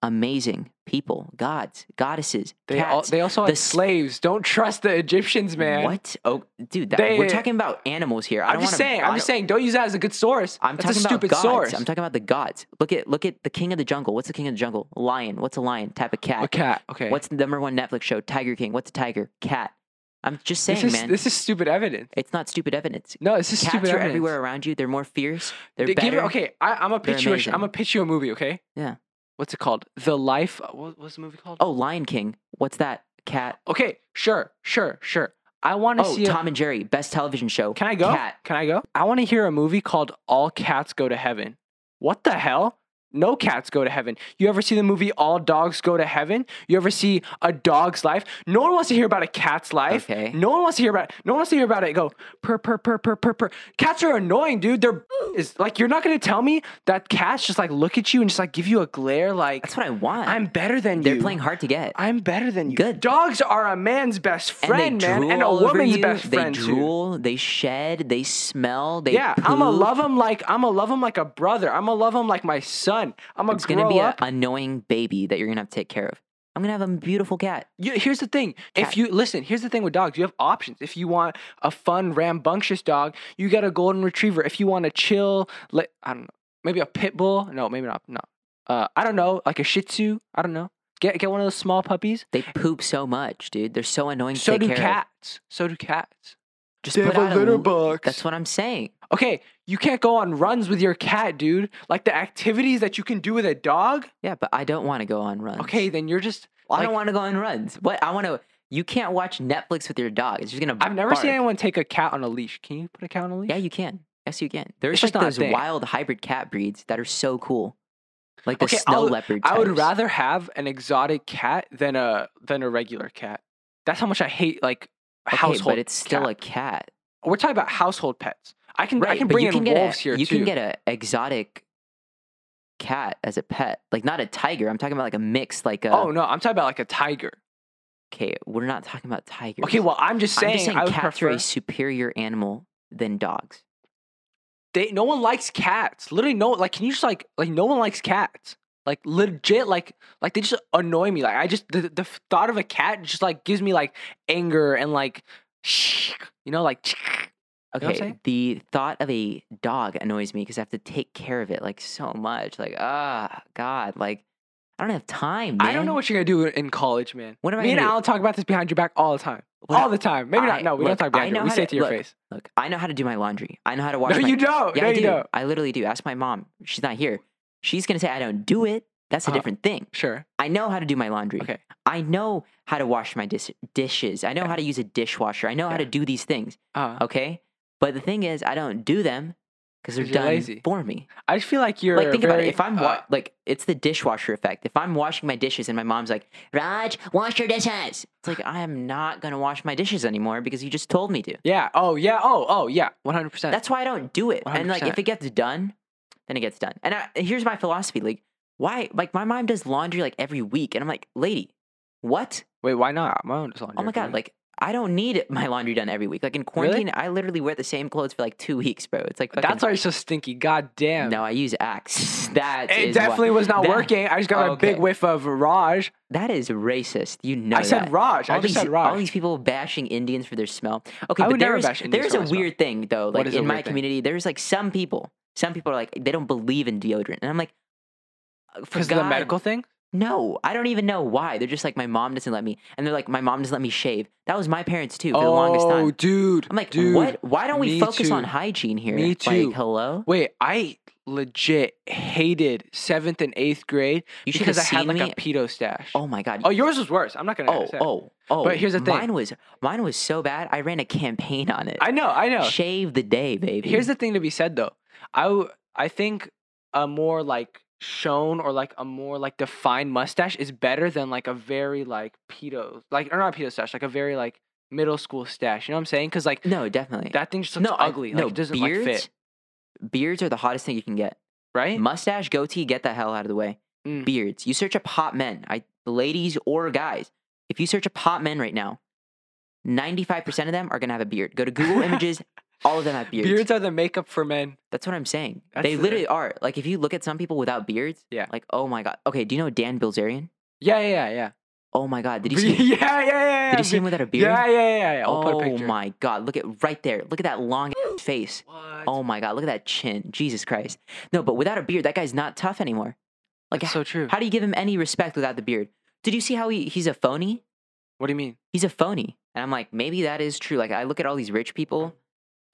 [SPEAKER 1] amazing people, gods, goddesses,
[SPEAKER 2] They
[SPEAKER 1] cats.
[SPEAKER 2] all, they also had
[SPEAKER 1] The s-
[SPEAKER 2] slaves. Don't trust the Egyptians, man.
[SPEAKER 1] What? Oh, dude, that,
[SPEAKER 2] They-
[SPEAKER 1] we're talking about animals here. I
[SPEAKER 2] I'm
[SPEAKER 1] don't
[SPEAKER 2] just
[SPEAKER 1] wanna-
[SPEAKER 2] saying.
[SPEAKER 1] I
[SPEAKER 2] I'm just
[SPEAKER 1] don't-
[SPEAKER 2] saying. Don't use that as a good source.
[SPEAKER 1] I'm
[SPEAKER 2] That's a
[SPEAKER 1] talking
[SPEAKER 2] stupid
[SPEAKER 1] about gods.
[SPEAKER 2] source.
[SPEAKER 1] I'm talking about the gods. Look at look at the king of the jungle. What's the king of the jungle? Lion. What's a lion? Type of cat.
[SPEAKER 2] a cat. Okay.
[SPEAKER 1] What's the number one Netflix show? Tiger King. What's a tiger? Cat. I'm just saying,
[SPEAKER 2] this? Is,
[SPEAKER 1] man.
[SPEAKER 2] This is stupid evidence.
[SPEAKER 1] it's not stupid evidence.
[SPEAKER 2] No, this is
[SPEAKER 1] Cats are
[SPEAKER 2] stupid evidence.
[SPEAKER 1] everywhere around you. They're more fierce. They're
[SPEAKER 2] They
[SPEAKER 1] better.
[SPEAKER 2] give it- okay, I, I'm a
[SPEAKER 1] They're
[SPEAKER 2] pitch you. A, sh- I'm
[SPEAKER 1] amazing.
[SPEAKER 2] a pitch you a movie. Okay.
[SPEAKER 1] Yeah.
[SPEAKER 2] What's it called? The Life. What, what's the movie called?
[SPEAKER 1] Oh, Lion King. What's that? Cat.
[SPEAKER 2] Okay. Sure. Sure. Sure. I want to
[SPEAKER 1] Oh,
[SPEAKER 2] see. a-
[SPEAKER 1] Tom and Jerry. Best television show.
[SPEAKER 2] Can I go?
[SPEAKER 1] Cat.
[SPEAKER 2] Can I go? I want to hear a movie called All Cats Go to Heaven. What the hell? No cats go to heaven. You ever see the movie All Dogs Go to Heaven? You ever see a dog's life? No one wants to hear about a cat's life.
[SPEAKER 1] Okay.
[SPEAKER 2] No one wants to hear about it. No one wants to hear about it. Go purr purr purr purr purr purr. Cats are annoying, dude. They're is like you're not gonna tell me that cats just like look at you and just like give you a glare like
[SPEAKER 1] That's what I want.
[SPEAKER 2] I'm better than
[SPEAKER 1] They're
[SPEAKER 2] you.
[SPEAKER 1] playing hard to get.
[SPEAKER 2] I'm better than you.
[SPEAKER 1] Good.
[SPEAKER 2] Dogs are a man's best
[SPEAKER 1] and they
[SPEAKER 2] friend, man,
[SPEAKER 1] drool
[SPEAKER 2] and a
[SPEAKER 1] all over
[SPEAKER 2] woman's
[SPEAKER 1] you.
[SPEAKER 2] best
[SPEAKER 1] They
[SPEAKER 2] friend too.
[SPEAKER 1] drool. They shed. They smell. They
[SPEAKER 2] Yeah, I'm gonna
[SPEAKER 1] poop.
[SPEAKER 2] love him like I'm gonna love him like a brother. I'm gonna love him like my son. I'm gonna
[SPEAKER 1] It's
[SPEAKER 2] grow
[SPEAKER 1] gonna be an
[SPEAKER 2] up.
[SPEAKER 1] annoying baby that you're gonna have to take care of. I'm gonna have a beautiful cat.
[SPEAKER 2] You- here's the thing: if
[SPEAKER 1] Cat.
[SPEAKER 2] you listen, here's the thing with dogs. You have options. If you want a fun, rambunctious dog, you get a golden retriever. If you want a chill, like I don't know, maybe a pit bull. No, maybe not. No, uh, I don't know, like a Shih Tzu. I don't know. Get get one of those small puppies.
[SPEAKER 1] They poop so much, dude. They're so annoying.
[SPEAKER 2] So
[SPEAKER 1] to
[SPEAKER 2] do
[SPEAKER 1] take care of.
[SPEAKER 2] cats. So do cats.
[SPEAKER 1] Just put out l- That's what I'm saying.
[SPEAKER 2] Okay, you can't go on runs with your cat, dude. Like the activities that you can do with a dog.
[SPEAKER 1] Yeah, but I don't want to go on runs.
[SPEAKER 2] Okay, then you're just.
[SPEAKER 1] I
[SPEAKER 2] like-
[SPEAKER 1] don't want to go on runs. What I want to. You can't watch Netflix with your dog. It's just gonna.
[SPEAKER 2] I've never seen
[SPEAKER 1] bark.
[SPEAKER 2] anyone take a cat on a leash. Can you put a cat on a leash?
[SPEAKER 1] Yeah, you can. Yes, you can. There's
[SPEAKER 2] just
[SPEAKER 1] like
[SPEAKER 2] not a
[SPEAKER 1] those
[SPEAKER 2] thing.
[SPEAKER 1] wild hybrid cat breeds that are so cool, like the
[SPEAKER 2] Okay,
[SPEAKER 1] snow
[SPEAKER 2] I'll-
[SPEAKER 1] leopard.
[SPEAKER 2] I would
[SPEAKER 1] types.
[SPEAKER 2] rather have an exotic cat than a than a regular cat. That's how much I hate like
[SPEAKER 1] okay,
[SPEAKER 2] household.
[SPEAKER 1] but it's still a cat.
[SPEAKER 2] a. We're talking about household pets. I can I
[SPEAKER 1] Right,
[SPEAKER 2] can
[SPEAKER 1] but
[SPEAKER 2] bring
[SPEAKER 1] you
[SPEAKER 2] in
[SPEAKER 1] can get
[SPEAKER 2] wolves
[SPEAKER 1] a,
[SPEAKER 2] here
[SPEAKER 1] You
[SPEAKER 2] too.
[SPEAKER 1] can get a exotic cat as a pet, like not a tiger. I'm talking about like a mix, like a.
[SPEAKER 2] oh no, I'm talking about like a tiger.
[SPEAKER 1] okay, we're not talking about tigers.
[SPEAKER 2] Okay, well I'm just
[SPEAKER 1] I'm
[SPEAKER 2] saying,
[SPEAKER 1] just saying
[SPEAKER 2] I would
[SPEAKER 1] cats
[SPEAKER 2] prefer.
[SPEAKER 1] are a superior animal than dogs.
[SPEAKER 2] They, no one likes cats. Literally, no. Like, can you just like like no one likes cats. Like legit, like like they just annoy me. Like I just the, the thought of a cat just like gives me like anger and like, you know, like know what I'm
[SPEAKER 1] Okay,
[SPEAKER 2] saying?
[SPEAKER 1] the thought of a dog annoys me because I have to take care of it like so much. Like, ah, God, like I don't have time. Man.
[SPEAKER 2] I don't know what you're gonna do in college, man.
[SPEAKER 1] What am I
[SPEAKER 2] Me and
[SPEAKER 1] gonna do?
[SPEAKER 2] Alan talk about this behind your back all the time,
[SPEAKER 1] What
[SPEAKER 2] all
[SPEAKER 1] I-
[SPEAKER 2] the time. Maybe
[SPEAKER 1] I-
[SPEAKER 2] not. No, we
[SPEAKER 1] look,
[SPEAKER 2] don't talk
[SPEAKER 1] I
[SPEAKER 2] behind your.
[SPEAKER 1] know
[SPEAKER 2] We
[SPEAKER 1] how
[SPEAKER 2] say
[SPEAKER 1] to-
[SPEAKER 2] it to your
[SPEAKER 1] look,
[SPEAKER 2] face.
[SPEAKER 1] Look, I know how to do my laundry. I know how to wash
[SPEAKER 2] No,
[SPEAKER 1] my.
[SPEAKER 2] you don't.
[SPEAKER 1] yeah,
[SPEAKER 2] no,
[SPEAKER 1] I
[SPEAKER 2] you
[SPEAKER 1] do.
[SPEAKER 2] don't.
[SPEAKER 1] I literally do. Ask my mom. She's not here. She's gonna say I don't do it. That's a
[SPEAKER 2] Uh-huh.
[SPEAKER 1] different thing.
[SPEAKER 2] Sure.
[SPEAKER 1] I know how to do my laundry.
[SPEAKER 2] Okay.
[SPEAKER 1] I know how to wash my dis- dishes. I know
[SPEAKER 2] Yeah.
[SPEAKER 1] how to use a dishwasher. I know how
[SPEAKER 2] Yeah.
[SPEAKER 1] to do these things.
[SPEAKER 2] Uh,
[SPEAKER 1] Okay. But the thing is, I don't do them because they're
[SPEAKER 2] 'Cause you're
[SPEAKER 1] done
[SPEAKER 2] lazy.
[SPEAKER 1] for me.
[SPEAKER 2] I just feel like you're
[SPEAKER 1] like, think about it.
[SPEAKER 2] very,
[SPEAKER 1] If I'm wa-
[SPEAKER 2] uh,
[SPEAKER 1] like, it's the dishwasher effect. If I'm washing my dishes and my mom's like, Raj, wash your dishes. It's like, I am not going to wash my dishes anymore because you just told me to.
[SPEAKER 2] yeah. Oh yeah. Oh oh yeah. One hundred percent.
[SPEAKER 1] That's why I don't do it. And like,
[SPEAKER 2] 100%.
[SPEAKER 1] if it gets done, then it gets done. And I, and here's my philosophy. Like, why? Like, my mom does laundry like every week. And I'm like, lady, what?
[SPEAKER 2] Wait, why not? My own is
[SPEAKER 1] Oh my God. Like, I don't need my laundry done every week. Like, in quarantine, I literally wear the same clothes for like two weeks, bro. It's like, fucking,
[SPEAKER 2] That's why you're so stinky. God damn.
[SPEAKER 1] no, I use Axe. That
[SPEAKER 2] it
[SPEAKER 1] is why-
[SPEAKER 2] definitely was not
[SPEAKER 1] that-
[SPEAKER 2] working. I just got a big
[SPEAKER 1] Okay.
[SPEAKER 2] whiff of Raj.
[SPEAKER 1] That is racist. You know
[SPEAKER 2] I said
[SPEAKER 1] that.
[SPEAKER 2] Raj. I
[SPEAKER 1] all
[SPEAKER 2] just
[SPEAKER 1] these,
[SPEAKER 2] said
[SPEAKER 1] all
[SPEAKER 2] Raj.
[SPEAKER 1] these people bashing Indians for their smell. Okay,
[SPEAKER 2] I
[SPEAKER 1] but
[SPEAKER 2] would never
[SPEAKER 1] there's
[SPEAKER 2] bash Indians
[SPEAKER 1] there's
[SPEAKER 2] for
[SPEAKER 1] a
[SPEAKER 2] my smell.
[SPEAKER 1] weird thing though. Like
[SPEAKER 2] is a
[SPEAKER 1] in my
[SPEAKER 2] weird thing?
[SPEAKER 1] community, there's like some people. Some people are like they don't believe in deodorant, and I'm like, uh, for
[SPEAKER 2] Because of the
[SPEAKER 1] God,
[SPEAKER 2] medical thing.
[SPEAKER 1] No, I don't even know why. They're just like my mom doesn't let me, and they're like my mom doesn't let me shave. That was my parents too for the longest
[SPEAKER 2] Oh,
[SPEAKER 1] time.
[SPEAKER 2] dude.
[SPEAKER 1] I'm like,
[SPEAKER 2] dude.
[SPEAKER 1] what? Why don't we
[SPEAKER 2] me
[SPEAKER 1] focus on
[SPEAKER 2] too.
[SPEAKER 1] hygiene here?
[SPEAKER 2] Me too.
[SPEAKER 1] Like, hello.
[SPEAKER 2] Wait, I legit hated seventh and eighth grade
[SPEAKER 1] You should
[SPEAKER 2] because I
[SPEAKER 1] have
[SPEAKER 2] had
[SPEAKER 1] seen
[SPEAKER 2] like
[SPEAKER 1] me.
[SPEAKER 2] a pedo stash.
[SPEAKER 1] oh my god.
[SPEAKER 2] Oh, yours was worse. I'm not gonna.
[SPEAKER 1] oh,
[SPEAKER 2] say.
[SPEAKER 1] oh, oh.
[SPEAKER 2] But here's the thing.
[SPEAKER 1] Mine was mine was so bad. I ran a campaign on it.
[SPEAKER 2] I know, I know.
[SPEAKER 1] Shave the day, baby.
[SPEAKER 2] Here's the thing to be said though. I w- I think a more like shown or like a more like defined mustache is better than like a very like pedo like or not a pedo stash like a very like middle school stash. You know what I'm saying? Because like
[SPEAKER 1] no, definitely.
[SPEAKER 2] that thing just looks
[SPEAKER 1] no, I-
[SPEAKER 2] ugly.
[SPEAKER 1] no,
[SPEAKER 2] like it doesn't
[SPEAKER 1] beards,
[SPEAKER 2] like fit.
[SPEAKER 1] Beards are the hottest thing you can get.
[SPEAKER 2] Right?
[SPEAKER 1] Mustache, goatee, get the hell out of the way.
[SPEAKER 2] Mm.
[SPEAKER 1] Beards. You search up hot men, I ladies or guys. If you search up hot men right now, ninety-five percent of them are gonna have a beard. Go to Google Images. All of them have beards.
[SPEAKER 2] beards. are the makeup for men.
[SPEAKER 1] That's what I'm saying.
[SPEAKER 2] That's
[SPEAKER 1] They
[SPEAKER 2] the-
[SPEAKER 1] literally are. Like, if you look at some people without beards,
[SPEAKER 2] Yeah.
[SPEAKER 1] like, oh my god. Okay, do you know Dan Bilzerian?
[SPEAKER 2] Yeah, yeah, yeah, yeah.
[SPEAKER 1] Oh my god, did you
[SPEAKER 2] Be-
[SPEAKER 1] see?
[SPEAKER 2] yeah, yeah, yeah, yeah.
[SPEAKER 1] Did you see him
[SPEAKER 2] be-
[SPEAKER 1] without a beard?
[SPEAKER 2] Yeah, yeah, yeah, yeah. I'll put a
[SPEAKER 1] oh
[SPEAKER 2] picture.
[SPEAKER 1] my god, look at right there. Look at that long face.
[SPEAKER 2] What?
[SPEAKER 1] Oh my god, look at that chin. Jesus Christ. No, but without a beard, that guy's not tough anymore. Like
[SPEAKER 2] That's so true.
[SPEAKER 1] how do you give him any respect without the beard? Did you see how he, he's a phony?
[SPEAKER 2] what do you mean?
[SPEAKER 1] He's a phony. And I'm like, maybe that is true. Like I look at all these rich people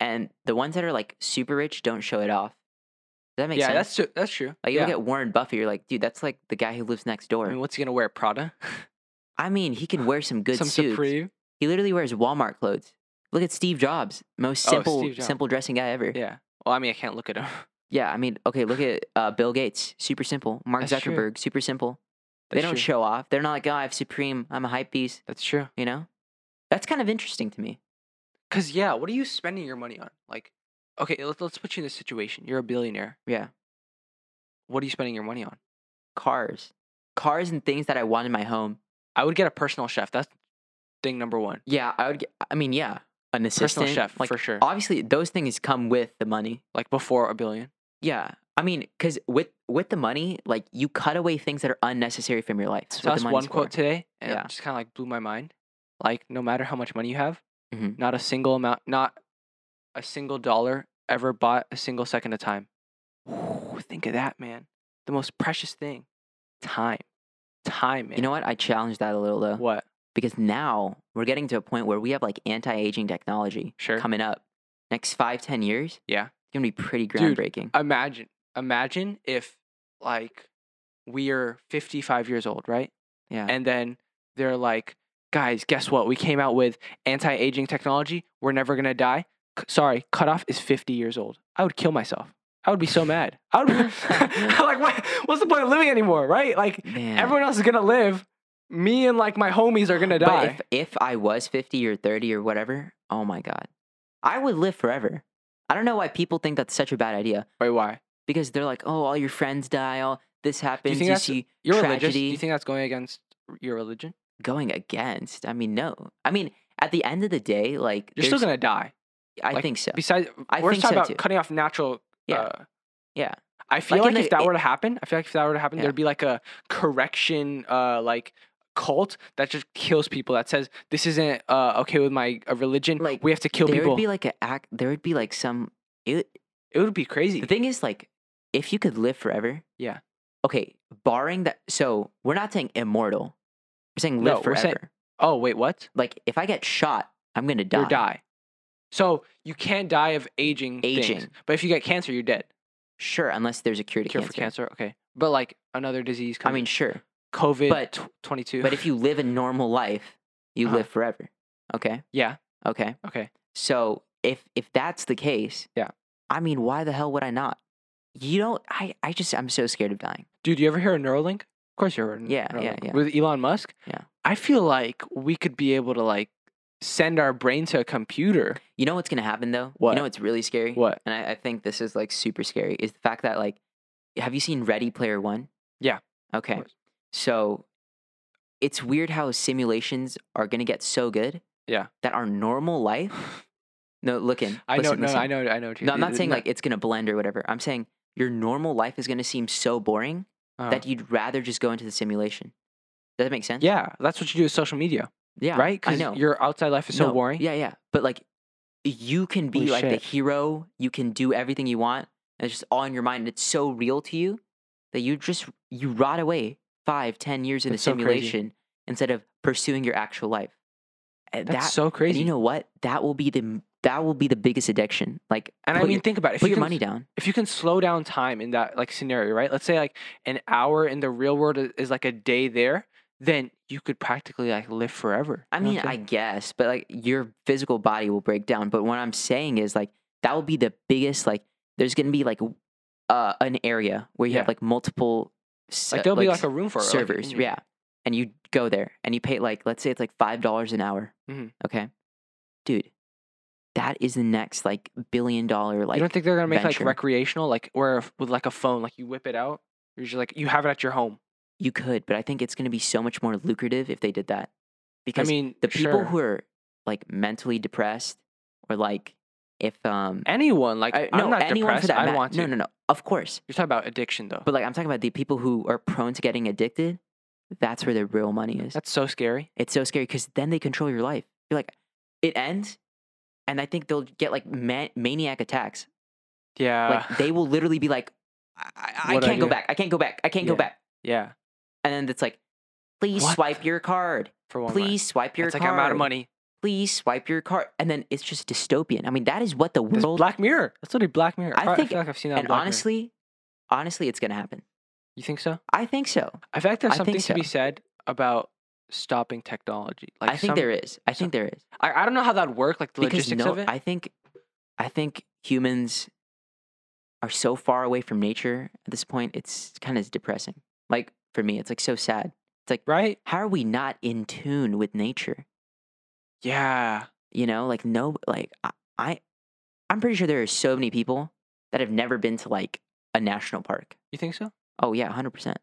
[SPEAKER 1] and the ones that are like super rich don't show it off. Does that make
[SPEAKER 2] yeah,
[SPEAKER 1] sense?
[SPEAKER 2] that's true. That's true.
[SPEAKER 1] like you
[SPEAKER 2] yeah.
[SPEAKER 1] look at Warren Buffett, you're like, dude, that's like the guy who lives next door.
[SPEAKER 2] I mean, what's he gonna wear? Prada?
[SPEAKER 1] he can wear some good
[SPEAKER 2] Some
[SPEAKER 1] suits.
[SPEAKER 2] Supreme?
[SPEAKER 1] He literally wears Walmart clothes. Look at Steve Jobs, most
[SPEAKER 2] Oh,
[SPEAKER 1] simple,
[SPEAKER 2] Steve Jobs.
[SPEAKER 1] simple dressing guy ever.
[SPEAKER 2] Yeah. Well, I mean, I can't look at him.
[SPEAKER 1] Yeah, I mean, okay, look at uh, Bill Gates, super simple. Mark
[SPEAKER 2] That's true.
[SPEAKER 1] Zuckerberg, super simple.
[SPEAKER 2] That's
[SPEAKER 1] they don't
[SPEAKER 2] true.
[SPEAKER 1] show off. They're not like, oh, I have supreme. I'm a hype beast.
[SPEAKER 2] That's true.
[SPEAKER 1] You know, that's kind of interesting to me.
[SPEAKER 2] Cause yeah, what are you spending your money on? Like, okay, let's let's put you in this situation. You're a billionaire.
[SPEAKER 1] Yeah,
[SPEAKER 2] What are you spending your money on?
[SPEAKER 1] cars, cars, and things that I want in my home.
[SPEAKER 2] I would get a personal chef. That's thing number one.
[SPEAKER 1] Yeah, I would. Get, I mean, yeah, an assistant,
[SPEAKER 2] Personal chef
[SPEAKER 1] like,
[SPEAKER 2] for sure.
[SPEAKER 1] Obviously, those things come with the money.
[SPEAKER 2] Like before a billion.
[SPEAKER 1] Yeah, I mean, because with with the money, like you cut away things that are unnecessary from your life. That's
[SPEAKER 2] So
[SPEAKER 1] what the
[SPEAKER 2] that's one
[SPEAKER 1] money's
[SPEAKER 2] quote
[SPEAKER 1] for.
[SPEAKER 2] today, and
[SPEAKER 1] Yeah.
[SPEAKER 2] it just kind of like blew my mind. Like, no matter how much money you have,
[SPEAKER 1] Mhm.
[SPEAKER 2] not a single amount, not a single dollar ever bought a single second of time. Ooh, think of that, man. The most precious thing, time, time, man.
[SPEAKER 1] You know what? I challenge that a little though.
[SPEAKER 2] what?
[SPEAKER 1] because now we're getting to a point where we have like anti-aging technology
[SPEAKER 2] Sure.
[SPEAKER 1] coming up next five ten years
[SPEAKER 2] Yeah.
[SPEAKER 1] it's gonna be pretty
[SPEAKER 2] Dude,
[SPEAKER 1] groundbreaking
[SPEAKER 2] imagine imagine if like we are 55 years old right
[SPEAKER 1] yeah
[SPEAKER 2] and then they're like guys guess what we came out with anti-aging technology we're never gonna die C- sorry cutoff is 50 years old i would kill myself i would be so mad i would be like what, what's the point of living anymore right like
[SPEAKER 1] Man.
[SPEAKER 2] everyone else is gonna live me and like my homies are gonna die
[SPEAKER 1] but if, if i was 50 or 30 or whatever oh my god i would live forever i don't know why people think that's such a bad idea
[SPEAKER 2] wait why
[SPEAKER 1] because they're like oh all your friends die all this happens you,
[SPEAKER 2] think that's-
[SPEAKER 1] see
[SPEAKER 2] you're religious do
[SPEAKER 1] tragedy
[SPEAKER 2] you think that's going against your religion
[SPEAKER 1] going against i mean no i mean at the end of the day like
[SPEAKER 2] you're still
[SPEAKER 1] there's-
[SPEAKER 2] gonna die
[SPEAKER 1] i
[SPEAKER 2] like,
[SPEAKER 1] think so
[SPEAKER 2] Besides,
[SPEAKER 1] I
[SPEAKER 2] we're
[SPEAKER 1] think
[SPEAKER 2] just talking
[SPEAKER 1] so,
[SPEAKER 2] about
[SPEAKER 1] too.
[SPEAKER 2] cutting off natural.
[SPEAKER 1] Yeah.
[SPEAKER 2] uh,
[SPEAKER 1] Yeah.
[SPEAKER 2] I feel
[SPEAKER 1] Like,
[SPEAKER 2] like,
[SPEAKER 1] in
[SPEAKER 2] if
[SPEAKER 1] the-
[SPEAKER 2] that were to happen, I feel like if that were to happen,
[SPEAKER 1] Yeah.
[SPEAKER 2] there'd be like a correction, uh, like cult that just kills people. That says this isn't uh, okay with my uh, religion.
[SPEAKER 1] Like,
[SPEAKER 2] we have to kill
[SPEAKER 1] there
[SPEAKER 2] people.
[SPEAKER 1] would be like a act there would be like some it,
[SPEAKER 2] it would be crazy.
[SPEAKER 1] The thing is, like, if you could live forever,
[SPEAKER 2] Yeah.
[SPEAKER 1] Okay, barring that, so we're not saying immortal. We're saying live
[SPEAKER 2] No, we're
[SPEAKER 1] forever.
[SPEAKER 2] saying- oh wait, what?
[SPEAKER 1] like, if I get shot, I'm gonna die.
[SPEAKER 2] You die. So you can't die of aging. things,
[SPEAKER 1] Aging.
[SPEAKER 2] but if you get cancer, you're dead.
[SPEAKER 1] Sure, unless there's a cure to
[SPEAKER 2] Cure
[SPEAKER 1] cancer.
[SPEAKER 2] for cancer. Okay, but like another disease.
[SPEAKER 1] I
[SPEAKER 2] Comes,
[SPEAKER 1] mean, sure,
[SPEAKER 2] COVID.
[SPEAKER 1] but-
[SPEAKER 2] tw- 22.
[SPEAKER 1] but if you live a normal life, you
[SPEAKER 2] Uh-huh.
[SPEAKER 1] live forever. Okay,
[SPEAKER 2] yeah.
[SPEAKER 1] okay.
[SPEAKER 2] Okay.
[SPEAKER 1] So if if that's the case,
[SPEAKER 2] Yeah.
[SPEAKER 1] I mean, why the hell would I not? You know, I I just I'm so scared of dying.
[SPEAKER 2] Dude, you ever hear of Neuralink? Of course you heard of
[SPEAKER 1] Yeah, yeah,
[SPEAKER 2] Neuralink.
[SPEAKER 1] yeah.
[SPEAKER 2] With Elon Musk?
[SPEAKER 1] Yeah.
[SPEAKER 2] I feel like we could be able to like send our brain to a computer.
[SPEAKER 1] You know what's gonna happen though?
[SPEAKER 2] What?
[SPEAKER 1] You know what's really scary?
[SPEAKER 2] What?
[SPEAKER 1] and I, I think this is like super scary is the fact that like have you seen ready player one
[SPEAKER 2] Yeah,
[SPEAKER 1] okay
[SPEAKER 2] course.
[SPEAKER 1] so it's weird how simulations are gonna get so good
[SPEAKER 2] Yeah.
[SPEAKER 1] that our normal life no look in
[SPEAKER 2] I know
[SPEAKER 1] listen,
[SPEAKER 2] no,
[SPEAKER 1] listen.
[SPEAKER 2] I know I know what you-
[SPEAKER 1] no i'm not
[SPEAKER 2] it-
[SPEAKER 1] saying like it's gonna blend or whatever i'm saying your normal life is gonna seem so boring
[SPEAKER 2] uh,
[SPEAKER 1] that you'd rather just go into the simulation does that make sense
[SPEAKER 2] Yeah, that's what you do with social media,
[SPEAKER 1] yeah
[SPEAKER 2] right?
[SPEAKER 1] i know
[SPEAKER 2] your outside life is so
[SPEAKER 1] No,
[SPEAKER 2] boring.
[SPEAKER 1] Yeah, yeah. But like you can be
[SPEAKER 2] Holy
[SPEAKER 1] like the
[SPEAKER 2] shit.
[SPEAKER 1] hero, you can do everything you want, and it's just all in your mind. And it's so real to you that you just you rot away five, ten years in a
[SPEAKER 2] That's so crazy.
[SPEAKER 1] simulation instead of pursuing your actual life. And
[SPEAKER 2] That's
[SPEAKER 1] that
[SPEAKER 2] so
[SPEAKER 1] and
[SPEAKER 2] crazy.
[SPEAKER 1] you know what? That will be the m- that will be the biggest addiction. Like
[SPEAKER 2] and I
[SPEAKER 1] put
[SPEAKER 2] mean
[SPEAKER 1] your,
[SPEAKER 2] think about it. If
[SPEAKER 1] put
[SPEAKER 2] you
[SPEAKER 1] your
[SPEAKER 2] can
[SPEAKER 1] money down.
[SPEAKER 2] if you can slow down time in that like scenario, right? Let's say like an hour in the real world is, is like a day there, then you could practically like live forever.
[SPEAKER 1] I
[SPEAKER 2] You know
[SPEAKER 1] mean,
[SPEAKER 2] what I'm
[SPEAKER 1] I
[SPEAKER 2] saying?
[SPEAKER 1] guess, but like your physical body will break down. But what I'm saying is like that will be the biggest like there's gonna be like w- uh an area where you
[SPEAKER 2] Yeah.
[SPEAKER 1] have like multiple s-
[SPEAKER 2] like there'll be like
[SPEAKER 1] s-
[SPEAKER 2] a room for it, like, mm-hmm. in
[SPEAKER 1] uh, servers,
[SPEAKER 2] your-
[SPEAKER 1] yeah. And you go there and you pay like let's say it's like five dollars an hour.
[SPEAKER 2] Mhm.
[SPEAKER 1] Okay. Dude, that is the next like billion dollar like
[SPEAKER 2] you don't think they're gonna make
[SPEAKER 1] venture.
[SPEAKER 2] like recreational, like where if- with like a phone, like you whip it out, you're just like you have it at your home.
[SPEAKER 1] you could, but I think it's gonna be so much more lucrative if they did that.
[SPEAKER 2] I
[SPEAKER 1] Because
[SPEAKER 2] mean,
[SPEAKER 1] the people
[SPEAKER 2] sure.
[SPEAKER 1] who are like mentally depressed or like if um
[SPEAKER 2] anyone like
[SPEAKER 1] I-
[SPEAKER 2] I'm
[SPEAKER 1] no,
[SPEAKER 2] not
[SPEAKER 1] anyone
[SPEAKER 2] depressed.
[SPEAKER 1] for that
[SPEAKER 2] I
[SPEAKER 1] matter.
[SPEAKER 2] don't want to.
[SPEAKER 1] No, no, no. Of course,
[SPEAKER 2] You're talking about addiction though.
[SPEAKER 1] but like I'm talking about the people who are prone to getting addicted. That's where the real money is.
[SPEAKER 2] That's so scary.
[SPEAKER 1] It's so scary because then they control your life. You're like, it ends, and I think they'll get like ma- maniac attacks.
[SPEAKER 2] Yeah.
[SPEAKER 1] like they will literally be like, I, I, I
[SPEAKER 2] What'd Uh, I
[SPEAKER 1] can't go
[SPEAKER 2] do?
[SPEAKER 1] back. I can't go back. I can't
[SPEAKER 2] Yeah.
[SPEAKER 1] go back.
[SPEAKER 2] yeah.
[SPEAKER 1] And then it's like, please
[SPEAKER 2] What
[SPEAKER 1] swipe your card.
[SPEAKER 2] For one.
[SPEAKER 1] Please swipe your
[SPEAKER 2] It's like
[SPEAKER 1] card.
[SPEAKER 2] I'm out of money.
[SPEAKER 1] Please swipe your card. And then it's just dystopian. I mean, that is what the
[SPEAKER 2] It's
[SPEAKER 1] world.
[SPEAKER 2] Black Mirror. That's literally Black Mirror.
[SPEAKER 1] I
[SPEAKER 2] Alright,
[SPEAKER 1] think-
[SPEAKER 2] feel like I've seen that. on
[SPEAKER 1] and
[SPEAKER 2] Black Mirror.
[SPEAKER 1] honestly, honestly, it's gonna happen.
[SPEAKER 2] you think so?
[SPEAKER 1] I think so.
[SPEAKER 2] I feel like
[SPEAKER 1] I
[SPEAKER 2] there's
[SPEAKER 1] think
[SPEAKER 2] something to be
[SPEAKER 1] so.
[SPEAKER 2] said about stopping technology. Like
[SPEAKER 1] I think
[SPEAKER 2] some-
[SPEAKER 1] there is. I
[SPEAKER 2] some-
[SPEAKER 1] think there is
[SPEAKER 2] I, I don't know how that'd work. Like the
[SPEAKER 1] because
[SPEAKER 2] logistics
[SPEAKER 1] no,
[SPEAKER 2] of it.
[SPEAKER 1] I think, I think humans are so far away from nature at this point. It's kind of depressing. Like for me, it's like so sad.
[SPEAKER 2] right?
[SPEAKER 1] How are we not in tune with nature?
[SPEAKER 2] Yeah.
[SPEAKER 1] You know, like no, like I, I I'm pretty sure there are so many people that have never been to like a national park.
[SPEAKER 2] You think so?
[SPEAKER 1] Oh yeah, hundred percent.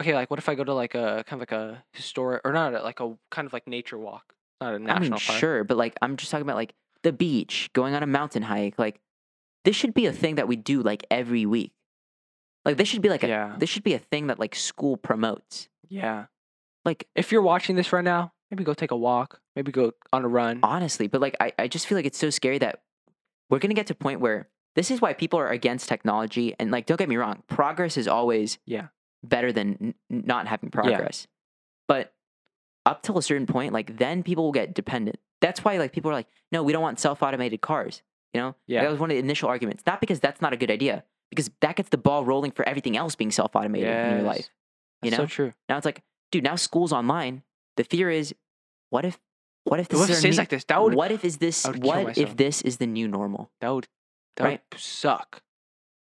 [SPEAKER 2] Okay, like what if I go to like a kind of like a historic or not a, like a kind of like nature walk, not a
[SPEAKER 1] I mean,
[SPEAKER 2] national park.
[SPEAKER 1] sure, but like I'm just talking about like the beach, going on a mountain hike. Like this should be a thing that we do like every week. Like this should be like a
[SPEAKER 2] Yeah.
[SPEAKER 1] this should be a thing that like school promotes.
[SPEAKER 2] Yeah.
[SPEAKER 1] Like
[SPEAKER 2] If you're watching this right now, maybe go take a walk, maybe go on a run.
[SPEAKER 1] honestly, but like I, I just feel like it's so scary that we're gonna get to a point where this is why people are against technology and like don't get me wrong, progress is always
[SPEAKER 2] Yeah.
[SPEAKER 1] better than n- n- not having progress. But up till a certain point, like then people will get dependent. That's why like people are like, no, we don't want self automated cars. You know,
[SPEAKER 2] Yeah.
[SPEAKER 1] that was one of the initial arguments. Not because that's not a good idea, because that gets the ball rolling for everything else being self automated in your
[SPEAKER 2] Yes.
[SPEAKER 1] life. You
[SPEAKER 2] That's
[SPEAKER 1] know?
[SPEAKER 2] so true.
[SPEAKER 1] Now it's like, dude, now school's online. The fear is, what if, what if this is
[SPEAKER 2] What if it
[SPEAKER 1] our
[SPEAKER 2] stays
[SPEAKER 1] new-
[SPEAKER 2] like this? That would
[SPEAKER 1] what if is this?
[SPEAKER 2] I would kill
[SPEAKER 1] What
[SPEAKER 2] myself.
[SPEAKER 1] if this is the new normal?
[SPEAKER 2] that would that would suck.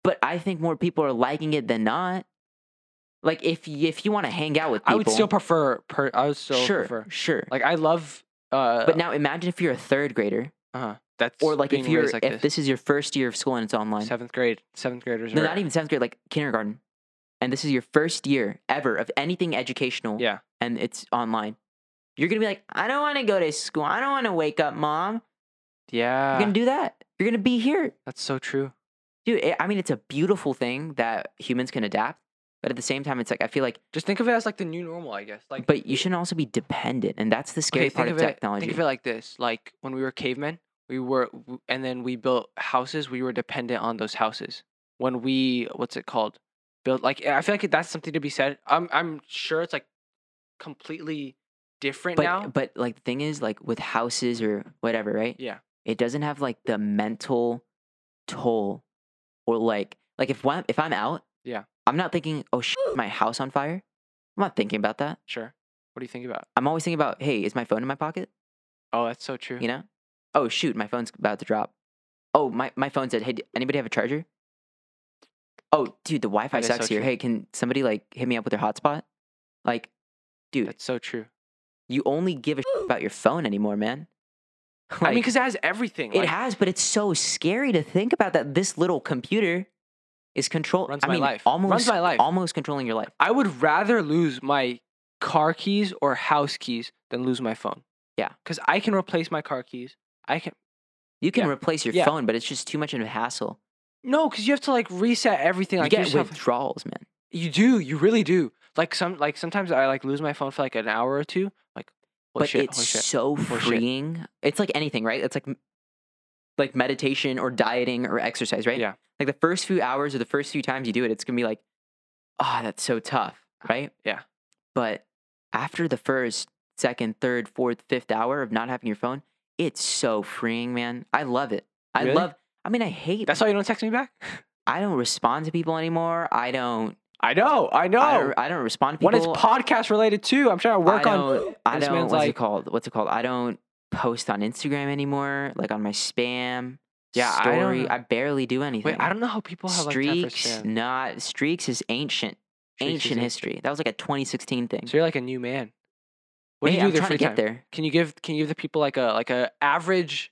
[SPEAKER 1] But I think more people are liking it than not. Like if y- if you want to hang out with people,
[SPEAKER 2] I would still prefer per, I would still
[SPEAKER 1] sure,
[SPEAKER 2] prefer.
[SPEAKER 1] sure.
[SPEAKER 2] Like I love uh
[SPEAKER 1] but now imagine if you're a third grader,
[SPEAKER 2] uh, that's
[SPEAKER 1] or like
[SPEAKER 2] being
[SPEAKER 1] if you're
[SPEAKER 2] raised like
[SPEAKER 1] if this. is your first year of school and it's online.
[SPEAKER 2] seventh grade seventh graders
[SPEAKER 1] no,
[SPEAKER 2] are
[SPEAKER 1] not even seventh grade, like kindergarten, and this is your first year ever of anything educational.
[SPEAKER 2] Yeah.
[SPEAKER 1] and it's online. You're gonna be like, I don't want to go to school. I don't want to wake up, mom.
[SPEAKER 2] Yeah. Uh.
[SPEAKER 1] You're gonna do that. You're gonna be here.
[SPEAKER 2] that's so true.
[SPEAKER 1] dude it, i mean it's a beautiful thing that humans can adapt but at the same time it's like i feel like
[SPEAKER 2] Just think of it as like the new normal, I guess. Like
[SPEAKER 1] but you shouldn't also be dependent and that's the scary
[SPEAKER 2] Okay,
[SPEAKER 1] part
[SPEAKER 2] think
[SPEAKER 1] of
[SPEAKER 2] of it-
[SPEAKER 1] technology
[SPEAKER 2] Think of it like this: like when we were cavemen, we were, w- and then we built houses. We were dependent on those houses. When we, what's it called? Built like I feel like that's something to be said. I'm I'm sure it's like completely different
[SPEAKER 1] but
[SPEAKER 2] now.
[SPEAKER 1] but like the thing is like with houses or whatever right
[SPEAKER 2] Yeah.
[SPEAKER 1] it doesn't have like the mental toll or like like if one if i'm out
[SPEAKER 2] Yeah.
[SPEAKER 1] i'm not thinking oh shit, is my house on fire i'm not thinking about that
[SPEAKER 2] Sure. What do you think about?
[SPEAKER 1] i'm always thinking about hey is my phone in my pocket
[SPEAKER 2] Oh, that's so true.
[SPEAKER 1] you know oh shoot my phone's about to drop oh my, my phone said hey d- anybody have a charger oh dude the wi-fi
[SPEAKER 2] That is
[SPEAKER 1] sucks
[SPEAKER 2] so
[SPEAKER 1] here
[SPEAKER 2] true.
[SPEAKER 1] hey can somebody like hit me up with their hotspot like dude
[SPEAKER 2] That's so true.
[SPEAKER 1] you only give a shit about your phone anymore man
[SPEAKER 2] I mean,
[SPEAKER 1] Like,
[SPEAKER 2] because it has everything.
[SPEAKER 1] it
[SPEAKER 2] like,
[SPEAKER 1] has but it's so scary to think about that this little computer is control
[SPEAKER 2] Runs
[SPEAKER 1] I
[SPEAKER 2] my
[SPEAKER 1] mean,
[SPEAKER 2] life. Runs
[SPEAKER 1] almost
[SPEAKER 2] my life.
[SPEAKER 1] almost controlling your life
[SPEAKER 2] I would rather lose my car keys or house keys than lose my phone.
[SPEAKER 1] Yeah.
[SPEAKER 2] Because I can replace my car keys. I can
[SPEAKER 1] you can
[SPEAKER 2] Yeah.
[SPEAKER 1] replace your
[SPEAKER 2] Yeah.
[SPEAKER 1] phone but it's just too much of a hassle
[SPEAKER 2] No, because you have to like reset everything. Like
[SPEAKER 1] you
[SPEAKER 2] you,
[SPEAKER 1] get
[SPEAKER 2] just have-
[SPEAKER 1] withdrawals man
[SPEAKER 2] you do, you really do. Like some, like sometimes I like lose my phone for like an hour or two. Like, holy
[SPEAKER 1] but
[SPEAKER 2] shit,
[SPEAKER 1] it's
[SPEAKER 2] holy shit.
[SPEAKER 1] so
[SPEAKER 2] shit.
[SPEAKER 1] freeing. It's like anything, right? It's like m- like meditation or dieting or exercise, right?
[SPEAKER 2] Yeah.
[SPEAKER 1] Like the first few hours or the first few times you do it, it's gonna be like, ah, that's so tough, right?
[SPEAKER 2] Yeah.
[SPEAKER 1] But after the first, second, third, fourth, fifth hour of not having your phone, it's so freeing, man. I love it. I
[SPEAKER 2] Really?
[SPEAKER 1] love. I mean, I hate.
[SPEAKER 2] That's why you don't text me back.
[SPEAKER 1] I don't respond to people anymore. I don't.
[SPEAKER 2] I know, I know.
[SPEAKER 1] I, don't I don't respond to people.
[SPEAKER 2] when it's podcast related too, I'm trying to work
[SPEAKER 1] I
[SPEAKER 2] on.
[SPEAKER 1] don't, I
[SPEAKER 2] this
[SPEAKER 1] don't
[SPEAKER 2] man's
[SPEAKER 1] what's
[SPEAKER 2] like,
[SPEAKER 1] it called? What's it called? I don't post on Instagram anymore, like on my spam.
[SPEAKER 2] Yeah, I don't
[SPEAKER 1] story.
[SPEAKER 2] know.
[SPEAKER 1] I, barely do anything.
[SPEAKER 2] wait, I don't know how people have like time for
[SPEAKER 1] streaks.
[SPEAKER 2] spam.
[SPEAKER 1] not streaks is ancient,
[SPEAKER 2] Streaks is
[SPEAKER 1] ancient
[SPEAKER 2] it.
[SPEAKER 1] history. That was like a 2016 thing.
[SPEAKER 2] So you're like a new man. What
[SPEAKER 1] Hey,
[SPEAKER 2] do you
[SPEAKER 1] I'm
[SPEAKER 2] do with your
[SPEAKER 1] trying
[SPEAKER 2] free
[SPEAKER 1] to get
[SPEAKER 2] time?
[SPEAKER 1] there.
[SPEAKER 2] Can you give Can you give the people like a like a average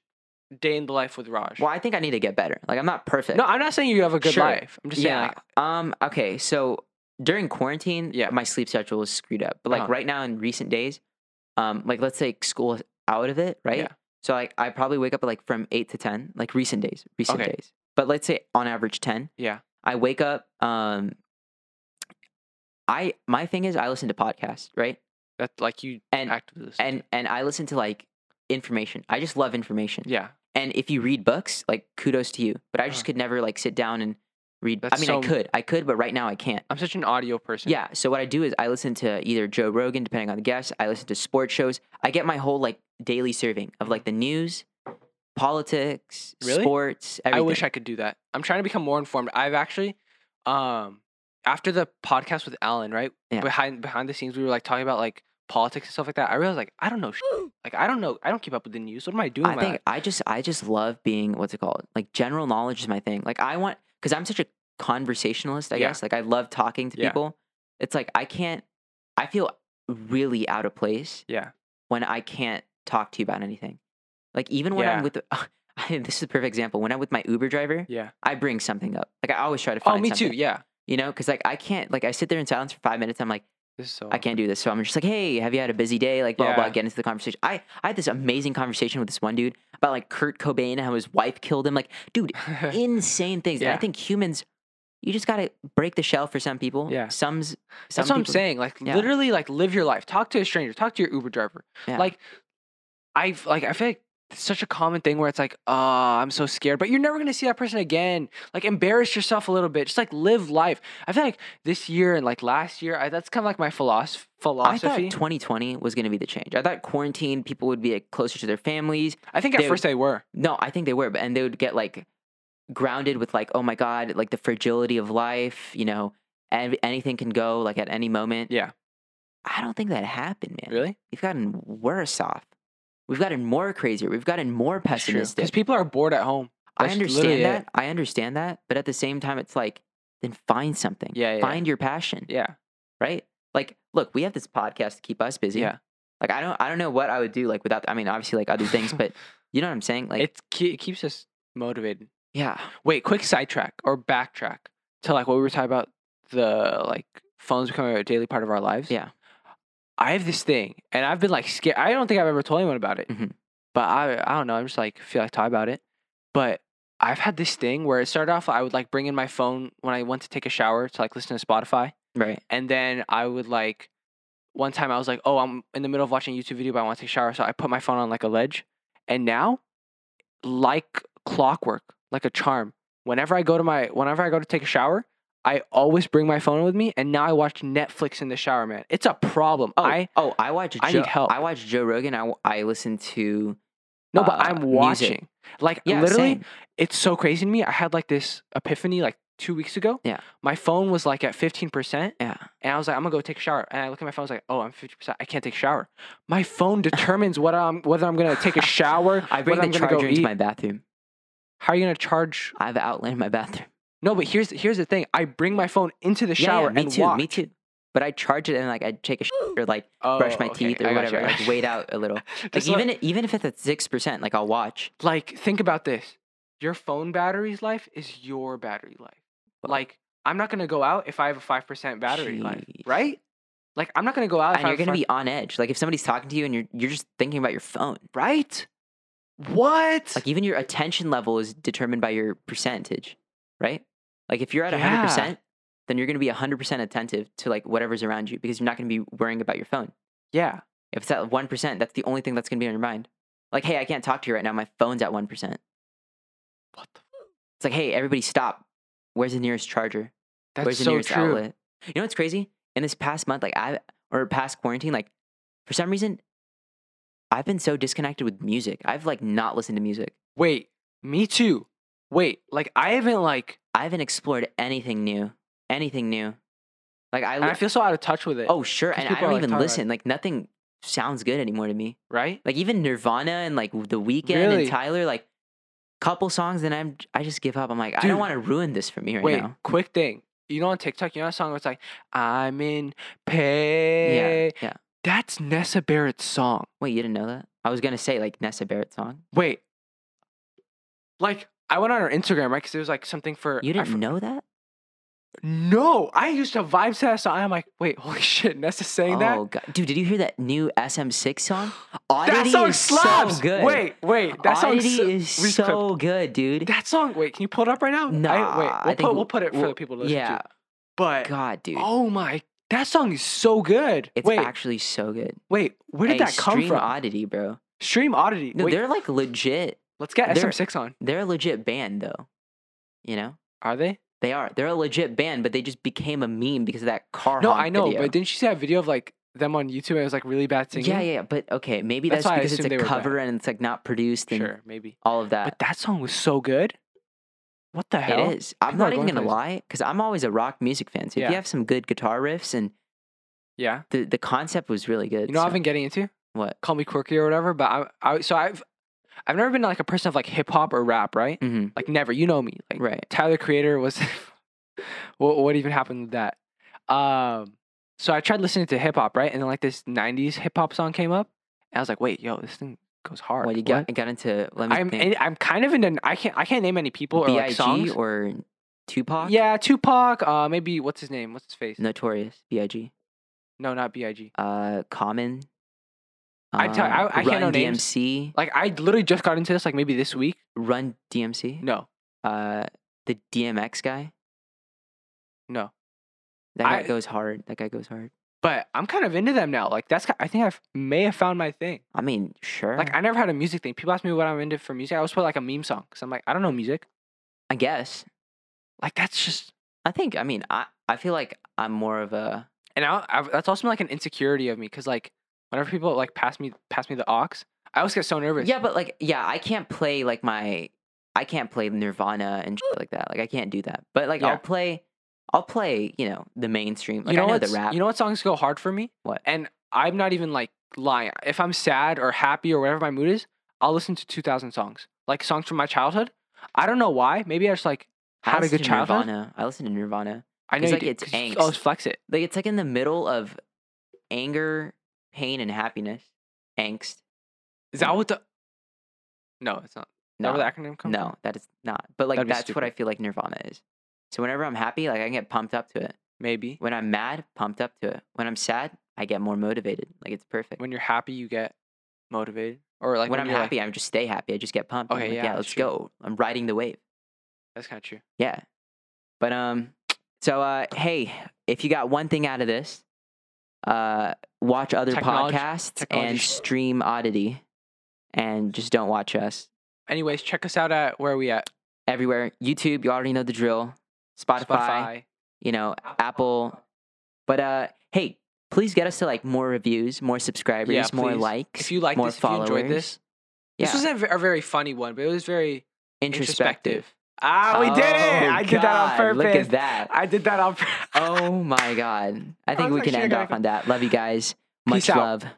[SPEAKER 2] day in the life with Raj?
[SPEAKER 1] Well, I think I need to get better. Like I'm not perfect.
[SPEAKER 2] No, I'm not saying you have a good
[SPEAKER 1] Sure.
[SPEAKER 2] life. I'm just saying.
[SPEAKER 1] yeah.
[SPEAKER 2] Like,
[SPEAKER 1] um. Okay. So during quarantine,
[SPEAKER 2] Yeah.
[SPEAKER 1] my sleep schedule was screwed up. But like
[SPEAKER 2] Uh-huh.
[SPEAKER 1] right now in recent days, um, like let's take school out of it, right?
[SPEAKER 2] Yeah.
[SPEAKER 1] So like I probably wake up at like from eight to ten, like recent days, recent
[SPEAKER 2] Okay.
[SPEAKER 1] days. But let's say on average ten.
[SPEAKER 2] yeah.
[SPEAKER 1] I wake up. Um, I my thing is I listen to podcasts, right?
[SPEAKER 2] That's like you
[SPEAKER 1] And-
[SPEAKER 2] actively listen to
[SPEAKER 1] And
[SPEAKER 2] it.
[SPEAKER 1] and I listen to like information. I just love information.
[SPEAKER 2] yeah.
[SPEAKER 1] And if you read books, like kudos to you. But I just
[SPEAKER 2] Uh.
[SPEAKER 1] could never like sit down and read. I
[SPEAKER 2] That's
[SPEAKER 1] mean, I
[SPEAKER 2] so-
[SPEAKER 1] could, I could, but right now I can't.
[SPEAKER 2] I'm such an audio person.
[SPEAKER 1] Yeah. So what I do is I listen to either Joe Rogan, depending on the guest. I listen to sports shows. I get my whole like daily serving of like the news, politics,
[SPEAKER 2] Really?
[SPEAKER 1] sports. Everything.
[SPEAKER 2] I wish I could do that. I'm trying to become more informed. I've actually, um, after the podcast with Alan, right
[SPEAKER 1] Yeah.
[SPEAKER 2] behind behind the scenes, we were like talking about like politics and stuff like that. I realized like I don't know, shit. like I don't know, I don't keep up with the news. What am I doing?
[SPEAKER 1] I think I just I just love being what's it called? Like general knowledge is my thing. Like I want because I'm such a conversationalist, I
[SPEAKER 2] Yeah.
[SPEAKER 1] guess. Like I love talking to
[SPEAKER 2] Yeah.
[SPEAKER 1] people. It's like I can't I feel really out of place
[SPEAKER 2] Yeah.
[SPEAKER 1] when I can't talk to you about anything. Like even when
[SPEAKER 2] Yeah.
[SPEAKER 1] I'm with I, this is a perfect example. When I'm with my Uber driver,
[SPEAKER 2] Yeah.
[SPEAKER 1] I bring something up. Like I always try to
[SPEAKER 2] Oh,
[SPEAKER 1] find
[SPEAKER 2] me
[SPEAKER 1] something,
[SPEAKER 2] too. Yeah.
[SPEAKER 1] You know, because like I can't like I sit there in silence for five minutes. I'm like,
[SPEAKER 2] This is so.
[SPEAKER 1] I can't do this. So I'm just like, hey, have you had a busy day? Like, blah, blah,
[SPEAKER 2] Yeah.
[SPEAKER 1] blah. Get into the conversation. I, I had this amazing conversation with this one dude about like Kurt Cobain and how his wife killed him. Like, dude, insane things. And
[SPEAKER 2] Yeah.
[SPEAKER 1] I think humans, you just got to break the shell for some people.
[SPEAKER 2] Yeah.
[SPEAKER 1] Some's, some
[SPEAKER 2] That's what I'm
[SPEAKER 1] people-
[SPEAKER 2] saying. Like
[SPEAKER 1] Yeah.
[SPEAKER 2] literally, like live your life. Talk to a stranger. Talk to your Uber driver.
[SPEAKER 1] Yeah.
[SPEAKER 2] Like I've like I feel like it's such a common thing where it's like, oh, I'm so scared, but you're never gonna see that person again. Like embarrass yourself a little bit. Just like live life. I feel like this year and like last year, I, that's kind of like my philosoph-
[SPEAKER 1] I
[SPEAKER 2] philosophy.
[SPEAKER 1] thought 2020 was going to be the change. I thought quarantine, people would be like, closer to their families.
[SPEAKER 2] I think at
[SPEAKER 1] they-
[SPEAKER 2] first they were.
[SPEAKER 1] No, I think they were, but and they would get like grounded with like, oh my god, like the fragility of life, you know, and anything can go like at any moment.
[SPEAKER 2] Yeah.
[SPEAKER 1] I don't think that happened, man.
[SPEAKER 2] Really?
[SPEAKER 1] We've gotten worse off. We've gotten more crazier. We've gotten more
[SPEAKER 2] Because
[SPEAKER 1] pessimistic.
[SPEAKER 2] people are bored at home.
[SPEAKER 1] I
[SPEAKER 2] that's literally
[SPEAKER 1] understand that.
[SPEAKER 2] it.
[SPEAKER 1] I understand that, but at the same time, it's like then find something.
[SPEAKER 2] Yeah, yeah, yeah.
[SPEAKER 1] Find your passion.
[SPEAKER 2] Yeah.
[SPEAKER 1] Right. Like, look, we have this podcast to keep us busy.
[SPEAKER 2] Yeah.
[SPEAKER 1] Like, I don't, I don't know what I would do. Like, without, I mean, obviously, like other things, but you know what I'm saying? Like,
[SPEAKER 2] It's ke- it keeps us motivated.
[SPEAKER 1] yeah.
[SPEAKER 2] Wait, quick sidetrack or backtrack to like what we were talking about the like phones becoming a daily part of our lives.
[SPEAKER 1] Yeah.
[SPEAKER 2] I have this thing and I've been like scared. I don't think I've ever told anyone about it,
[SPEAKER 1] Mhm.
[SPEAKER 2] but I, I don't know. I'm just like, feel like talk about it. But I've had this thing where it started off, I would like bring in my phone when I went to take a shower to like listen to Spotify.
[SPEAKER 1] Right.
[SPEAKER 2] And then I would like, one time I was like, oh, I'm in the middle of watching a YouTube video, but I want to take a shower. So I put my phone on like a ledge. And now, like clockwork, like a charm, whenever I go to my, whenever I go to take a shower, I always bring my phone with me. And now I watch Netflix in the shower, man. It's a problem.
[SPEAKER 1] Oh,
[SPEAKER 2] I,
[SPEAKER 1] oh, I watch. Joe,
[SPEAKER 2] I need help.
[SPEAKER 1] I watch Joe Rogan. I, w- I listen to.
[SPEAKER 2] no, but
[SPEAKER 1] uh,
[SPEAKER 2] I'm
[SPEAKER 1] music.
[SPEAKER 2] watching. Like
[SPEAKER 1] Yeah,
[SPEAKER 2] literally,
[SPEAKER 1] same.
[SPEAKER 2] it's so crazy to me. I had like this epiphany like two weeks ago.
[SPEAKER 1] Yeah.
[SPEAKER 2] My phone was like at 15%.
[SPEAKER 1] Yeah.
[SPEAKER 2] And I was like, I'm gonna go take a shower. And I look at my phone, I was like, oh, I'm 50%. I can't take a shower. My phone determines what I'm whether I'm gonna take a shower.
[SPEAKER 1] I bring
[SPEAKER 2] whether
[SPEAKER 1] the
[SPEAKER 2] I'm gonna go
[SPEAKER 1] charger into
[SPEAKER 2] eat.
[SPEAKER 1] my bathroom.
[SPEAKER 2] How are you gonna charge?
[SPEAKER 1] I have an outlet in my bathroom.
[SPEAKER 2] No, but here's here's the thing. I bring my phone into the
[SPEAKER 1] Yeah,
[SPEAKER 2] shower
[SPEAKER 1] yeah, me
[SPEAKER 2] and
[SPEAKER 1] too.
[SPEAKER 2] watch.
[SPEAKER 1] Me too. But I charge it and like I take a sh- or like brush my
[SPEAKER 2] Oh, okay,
[SPEAKER 1] teeth
[SPEAKER 2] I
[SPEAKER 1] or
[SPEAKER 2] got you,
[SPEAKER 1] whatever.
[SPEAKER 2] I got
[SPEAKER 1] Like
[SPEAKER 2] you.
[SPEAKER 1] wait out a little. Like
[SPEAKER 2] Just like-
[SPEAKER 1] even i- even if it's at six percent, like I'll watch.
[SPEAKER 2] like think about this your phone battery's life is your battery life
[SPEAKER 1] Wow.
[SPEAKER 2] like i'm not gonna go out if i have a 5% battery life
[SPEAKER 1] Jeez.
[SPEAKER 2] right like i'm not gonna go out if
[SPEAKER 1] and
[SPEAKER 2] I
[SPEAKER 1] you're
[SPEAKER 2] have
[SPEAKER 1] gonna
[SPEAKER 2] five-
[SPEAKER 1] be on edge. Like if somebody's talking to you and you're you're just thinking about your phone.
[SPEAKER 2] right what
[SPEAKER 1] Like even your attention level is determined by your percentage, right? Like if you're at hundred percent, then you're gonna be hundred percent attentive to like whatever's around you because you're not gonna be worrying about your phone.
[SPEAKER 2] yeah
[SPEAKER 1] If it's at one percent, that's the only thing that's gonna be on your mind. Like, hey, I can't talk to you right now. My phone's at one percent.
[SPEAKER 2] what the
[SPEAKER 1] It's like, hey, everybody, stop. Where's the nearest charger?
[SPEAKER 2] that's
[SPEAKER 1] Where's the
[SPEAKER 2] so
[SPEAKER 1] nearest
[SPEAKER 2] true
[SPEAKER 1] outlet? You know what's crazy? In this past month, like I or past quarantine, like for some reason, I've been so disconnected with music. I've like not listened to music.
[SPEAKER 2] wait me too wait like i haven't like
[SPEAKER 1] I haven't explored anything new. Anything new. Like I,
[SPEAKER 2] and i
[SPEAKER 1] li-
[SPEAKER 2] feel so out of touch with it
[SPEAKER 1] oh sure,
[SPEAKER 2] 'cause
[SPEAKER 1] and I
[SPEAKER 2] people are,
[SPEAKER 1] don't
[SPEAKER 2] like,
[SPEAKER 1] even
[SPEAKER 2] talking about it.
[SPEAKER 1] listen. Like nothing sounds good anymore to me.
[SPEAKER 2] right
[SPEAKER 1] Like even Nirvana and like The Weeknd
[SPEAKER 2] Really?
[SPEAKER 1] and Tyler, like couple songs, and I'm I just give up. I'm like I
[SPEAKER 2] Dude.
[SPEAKER 1] don't want to ruin this for me right
[SPEAKER 2] wait
[SPEAKER 1] now.
[SPEAKER 2] quick thing you know on tiktok you know that song where it's like i'm in pay
[SPEAKER 1] Yeah, yeah.
[SPEAKER 2] that's nessa barrett's song
[SPEAKER 1] Wait, you didn't know that? I was gonna say like Nessa Barrett song.
[SPEAKER 2] Wait. Like I went on her Instagram, right? Because it was like something for
[SPEAKER 1] You
[SPEAKER 2] I
[SPEAKER 1] didn't
[SPEAKER 2] for-
[SPEAKER 1] know that?
[SPEAKER 2] No, I used to vibe to that song. I'm like, wait, holy shit, Nessa's saying that.
[SPEAKER 1] oh god, dude, did you hear that new SM6 song? Oddity
[SPEAKER 2] that song
[SPEAKER 1] is
[SPEAKER 2] slaps.
[SPEAKER 1] so good.
[SPEAKER 2] Wait, wait, that song
[SPEAKER 1] Oddity is so good, dude.
[SPEAKER 2] That song. Wait, can you pull it up right now?
[SPEAKER 1] Nah,
[SPEAKER 2] I, wait,
[SPEAKER 1] I
[SPEAKER 2] we'll,
[SPEAKER 1] think
[SPEAKER 2] put,
[SPEAKER 1] we-
[SPEAKER 2] we'll put it for
[SPEAKER 1] we'll-
[SPEAKER 2] the people to listen
[SPEAKER 1] yeah.
[SPEAKER 2] to. But
[SPEAKER 1] God, dude,
[SPEAKER 2] oh my, that song is so good.
[SPEAKER 1] it's
[SPEAKER 2] wait,
[SPEAKER 1] actually so good.
[SPEAKER 2] wait, where did
[SPEAKER 1] Hey,
[SPEAKER 2] that come
[SPEAKER 1] Stream
[SPEAKER 2] from?
[SPEAKER 1] Oddity, bro.
[SPEAKER 2] Stream Oddity.
[SPEAKER 1] No,
[SPEAKER 2] wait,
[SPEAKER 1] they're like legit.
[SPEAKER 2] let's get
[SPEAKER 1] they're-
[SPEAKER 2] SM6 on.
[SPEAKER 1] They're a legit band, though. You know,
[SPEAKER 2] Are they?
[SPEAKER 1] they are. They're a legit band, but they just became a meme because of that car.
[SPEAKER 2] No,
[SPEAKER 1] honk
[SPEAKER 2] I know,
[SPEAKER 1] video.
[SPEAKER 2] but didn't she see that video of like them on YouTube? And it was like really bad singing.
[SPEAKER 1] yeah, yeah, yeah, but okay, maybe
[SPEAKER 2] That's
[SPEAKER 1] that's,
[SPEAKER 2] why I
[SPEAKER 1] because
[SPEAKER 2] assumed
[SPEAKER 1] it's
[SPEAKER 2] they
[SPEAKER 1] a
[SPEAKER 2] were
[SPEAKER 1] cover and it's like not produced and
[SPEAKER 2] Sure, maybe.
[SPEAKER 1] all of that.
[SPEAKER 2] But that song was so good. What the hell?
[SPEAKER 1] Uh, It is. I'm
[SPEAKER 2] People are
[SPEAKER 1] not even
[SPEAKER 2] going
[SPEAKER 1] gonna
[SPEAKER 2] places.
[SPEAKER 1] lie, because I'm always a rock music fan. So if
[SPEAKER 2] Yeah.
[SPEAKER 1] you have some good guitar riffs and
[SPEAKER 2] Yeah.
[SPEAKER 1] the the concept was really good.
[SPEAKER 2] You know,
[SPEAKER 1] so-
[SPEAKER 2] I've been getting into
[SPEAKER 1] what?
[SPEAKER 2] call me quirky or whatever, but I, I so I've, I've never been like a person of like hip hop or rap, right?
[SPEAKER 1] hmm
[SPEAKER 2] Like never. You know me. Like
[SPEAKER 1] Right.
[SPEAKER 2] Tyler Creator was what, what even happened with that? Um, so I tried listening to hip hop, right? And then like this '90s hip hop song came up, and I was like, wait, yo, this thing goes hard.
[SPEAKER 1] Well, you
[SPEAKER 2] What?
[SPEAKER 1] got, got into let me
[SPEAKER 2] I'm
[SPEAKER 1] think.
[SPEAKER 2] in- I'm kind of into I can't I can't name any people or
[SPEAKER 1] Big
[SPEAKER 2] like songs.
[SPEAKER 1] or Tupac.
[SPEAKER 2] Yeah, Tupac. Uh, maybe what's his name? What's his face? No,
[SPEAKER 1] Notorious Big.
[SPEAKER 2] not Big.
[SPEAKER 1] Uh, Common.
[SPEAKER 2] I tell- I-
[SPEAKER 1] um,
[SPEAKER 2] I can't know
[SPEAKER 1] Run
[SPEAKER 2] names.
[SPEAKER 1] DMC.
[SPEAKER 2] Like I literally just got into this like maybe this week.
[SPEAKER 1] Run DMC.
[SPEAKER 2] No,
[SPEAKER 1] Uh, the DMX guy.
[SPEAKER 2] no.
[SPEAKER 1] That guy
[SPEAKER 2] I-
[SPEAKER 1] goes hard. That guy goes hard.
[SPEAKER 2] But I'm kind of into them now. Like that's ki- I think I may have found my thing.
[SPEAKER 1] I mean, sure.
[SPEAKER 2] Like I never had a music thing. People ask me what I'm into for music. I always put like a meme song because I'm like I don't know music.
[SPEAKER 1] I guess.
[SPEAKER 2] Like that's just
[SPEAKER 1] I think. I mean, I I feel like I'm more of a.
[SPEAKER 2] and I, I've, that's also like an insecurity of me because like whenever people like pass me pass me the aux, I always get so nervous.
[SPEAKER 1] Yeah, but like, yeah, I can't play like my. I can't play Nirvana and shit like that. Like, I can't do that. But like,
[SPEAKER 2] Yeah.
[SPEAKER 1] I'll play. I'll play. You know, the mainstream. Like,
[SPEAKER 2] you know,
[SPEAKER 1] I know
[SPEAKER 2] what's-
[SPEAKER 1] the rap.
[SPEAKER 2] You know what songs go hard for me?
[SPEAKER 1] What?
[SPEAKER 2] And I'm not even like lying. If I'm sad or happy or whatever my mood is, I'll listen to 2,000 songs, like songs from my childhood. I don't know why. Maybe I just like
[SPEAKER 1] I
[SPEAKER 2] had a
[SPEAKER 1] listen
[SPEAKER 2] good
[SPEAKER 1] to
[SPEAKER 2] childhood.
[SPEAKER 1] Nirvana. I listen to Nirvana.
[SPEAKER 2] I know
[SPEAKER 1] It's
[SPEAKER 2] you
[SPEAKER 1] like
[SPEAKER 2] did,
[SPEAKER 1] it's
[SPEAKER 2] 'cause you
[SPEAKER 1] angst.
[SPEAKER 2] always flex it.
[SPEAKER 1] Like it's like in the middle of anger, pain, and happiness. Angst.
[SPEAKER 2] Is that what the? No, it's not.
[SPEAKER 1] No,
[SPEAKER 2] Is that where the acronym comes?
[SPEAKER 1] no,
[SPEAKER 2] from?
[SPEAKER 1] that is not. But like
[SPEAKER 2] That'd be
[SPEAKER 1] that's what I feel like Nirvana is. So whenever I'm happy, like I can get pumped up to it.
[SPEAKER 2] Maybe
[SPEAKER 1] When I'm mad, pumped up to it. When I'm sad, I get more motivated. Like it's perfect.
[SPEAKER 2] when you're happy, you get motivated, or like
[SPEAKER 1] when, I'm
[SPEAKER 2] you're, like-
[SPEAKER 1] happy, I'm just stay happy. I just get pumped. I'm
[SPEAKER 2] Okay,
[SPEAKER 1] like,
[SPEAKER 2] yeah,
[SPEAKER 1] yeah,
[SPEAKER 2] that's
[SPEAKER 1] let's
[SPEAKER 2] true.
[SPEAKER 1] go. I'm riding the wave.
[SPEAKER 2] that's kind of true.
[SPEAKER 1] Yeah. But um so uh hey, if you got one thing out of this, uh watch other
[SPEAKER 2] Technology-
[SPEAKER 1] podcasts
[SPEAKER 2] technology
[SPEAKER 1] and
[SPEAKER 2] sh-
[SPEAKER 1] stream oddity and just don't watch us.
[SPEAKER 2] Anyways, check us out at where are we at?
[SPEAKER 1] Everywhere. YouTube, you already know the drill. Spotify, you know, Apple. But uh hey, please get us to like more reviews, more subscribers,
[SPEAKER 2] Yeah,
[SPEAKER 1] more
[SPEAKER 2] please.
[SPEAKER 1] likes.
[SPEAKER 2] If you like
[SPEAKER 1] more
[SPEAKER 2] this, if you
[SPEAKER 1] followers.
[SPEAKER 2] enjoyed this,
[SPEAKER 1] yeah.
[SPEAKER 2] this wasn't a ve- a very funny one, but it was very
[SPEAKER 1] introspective.
[SPEAKER 2] Ah, we did it!
[SPEAKER 1] Oh,
[SPEAKER 2] I did that on
[SPEAKER 1] God,
[SPEAKER 2] purpose.
[SPEAKER 1] Look at that.
[SPEAKER 2] I did that on purpose.
[SPEAKER 1] Oh my god. I think
[SPEAKER 2] was
[SPEAKER 1] we can
[SPEAKER 2] actually
[SPEAKER 1] end
[SPEAKER 2] gonna
[SPEAKER 1] off
[SPEAKER 2] go-
[SPEAKER 1] on that. Love you guys.
[SPEAKER 2] Peace
[SPEAKER 1] Much
[SPEAKER 2] out.
[SPEAKER 1] love.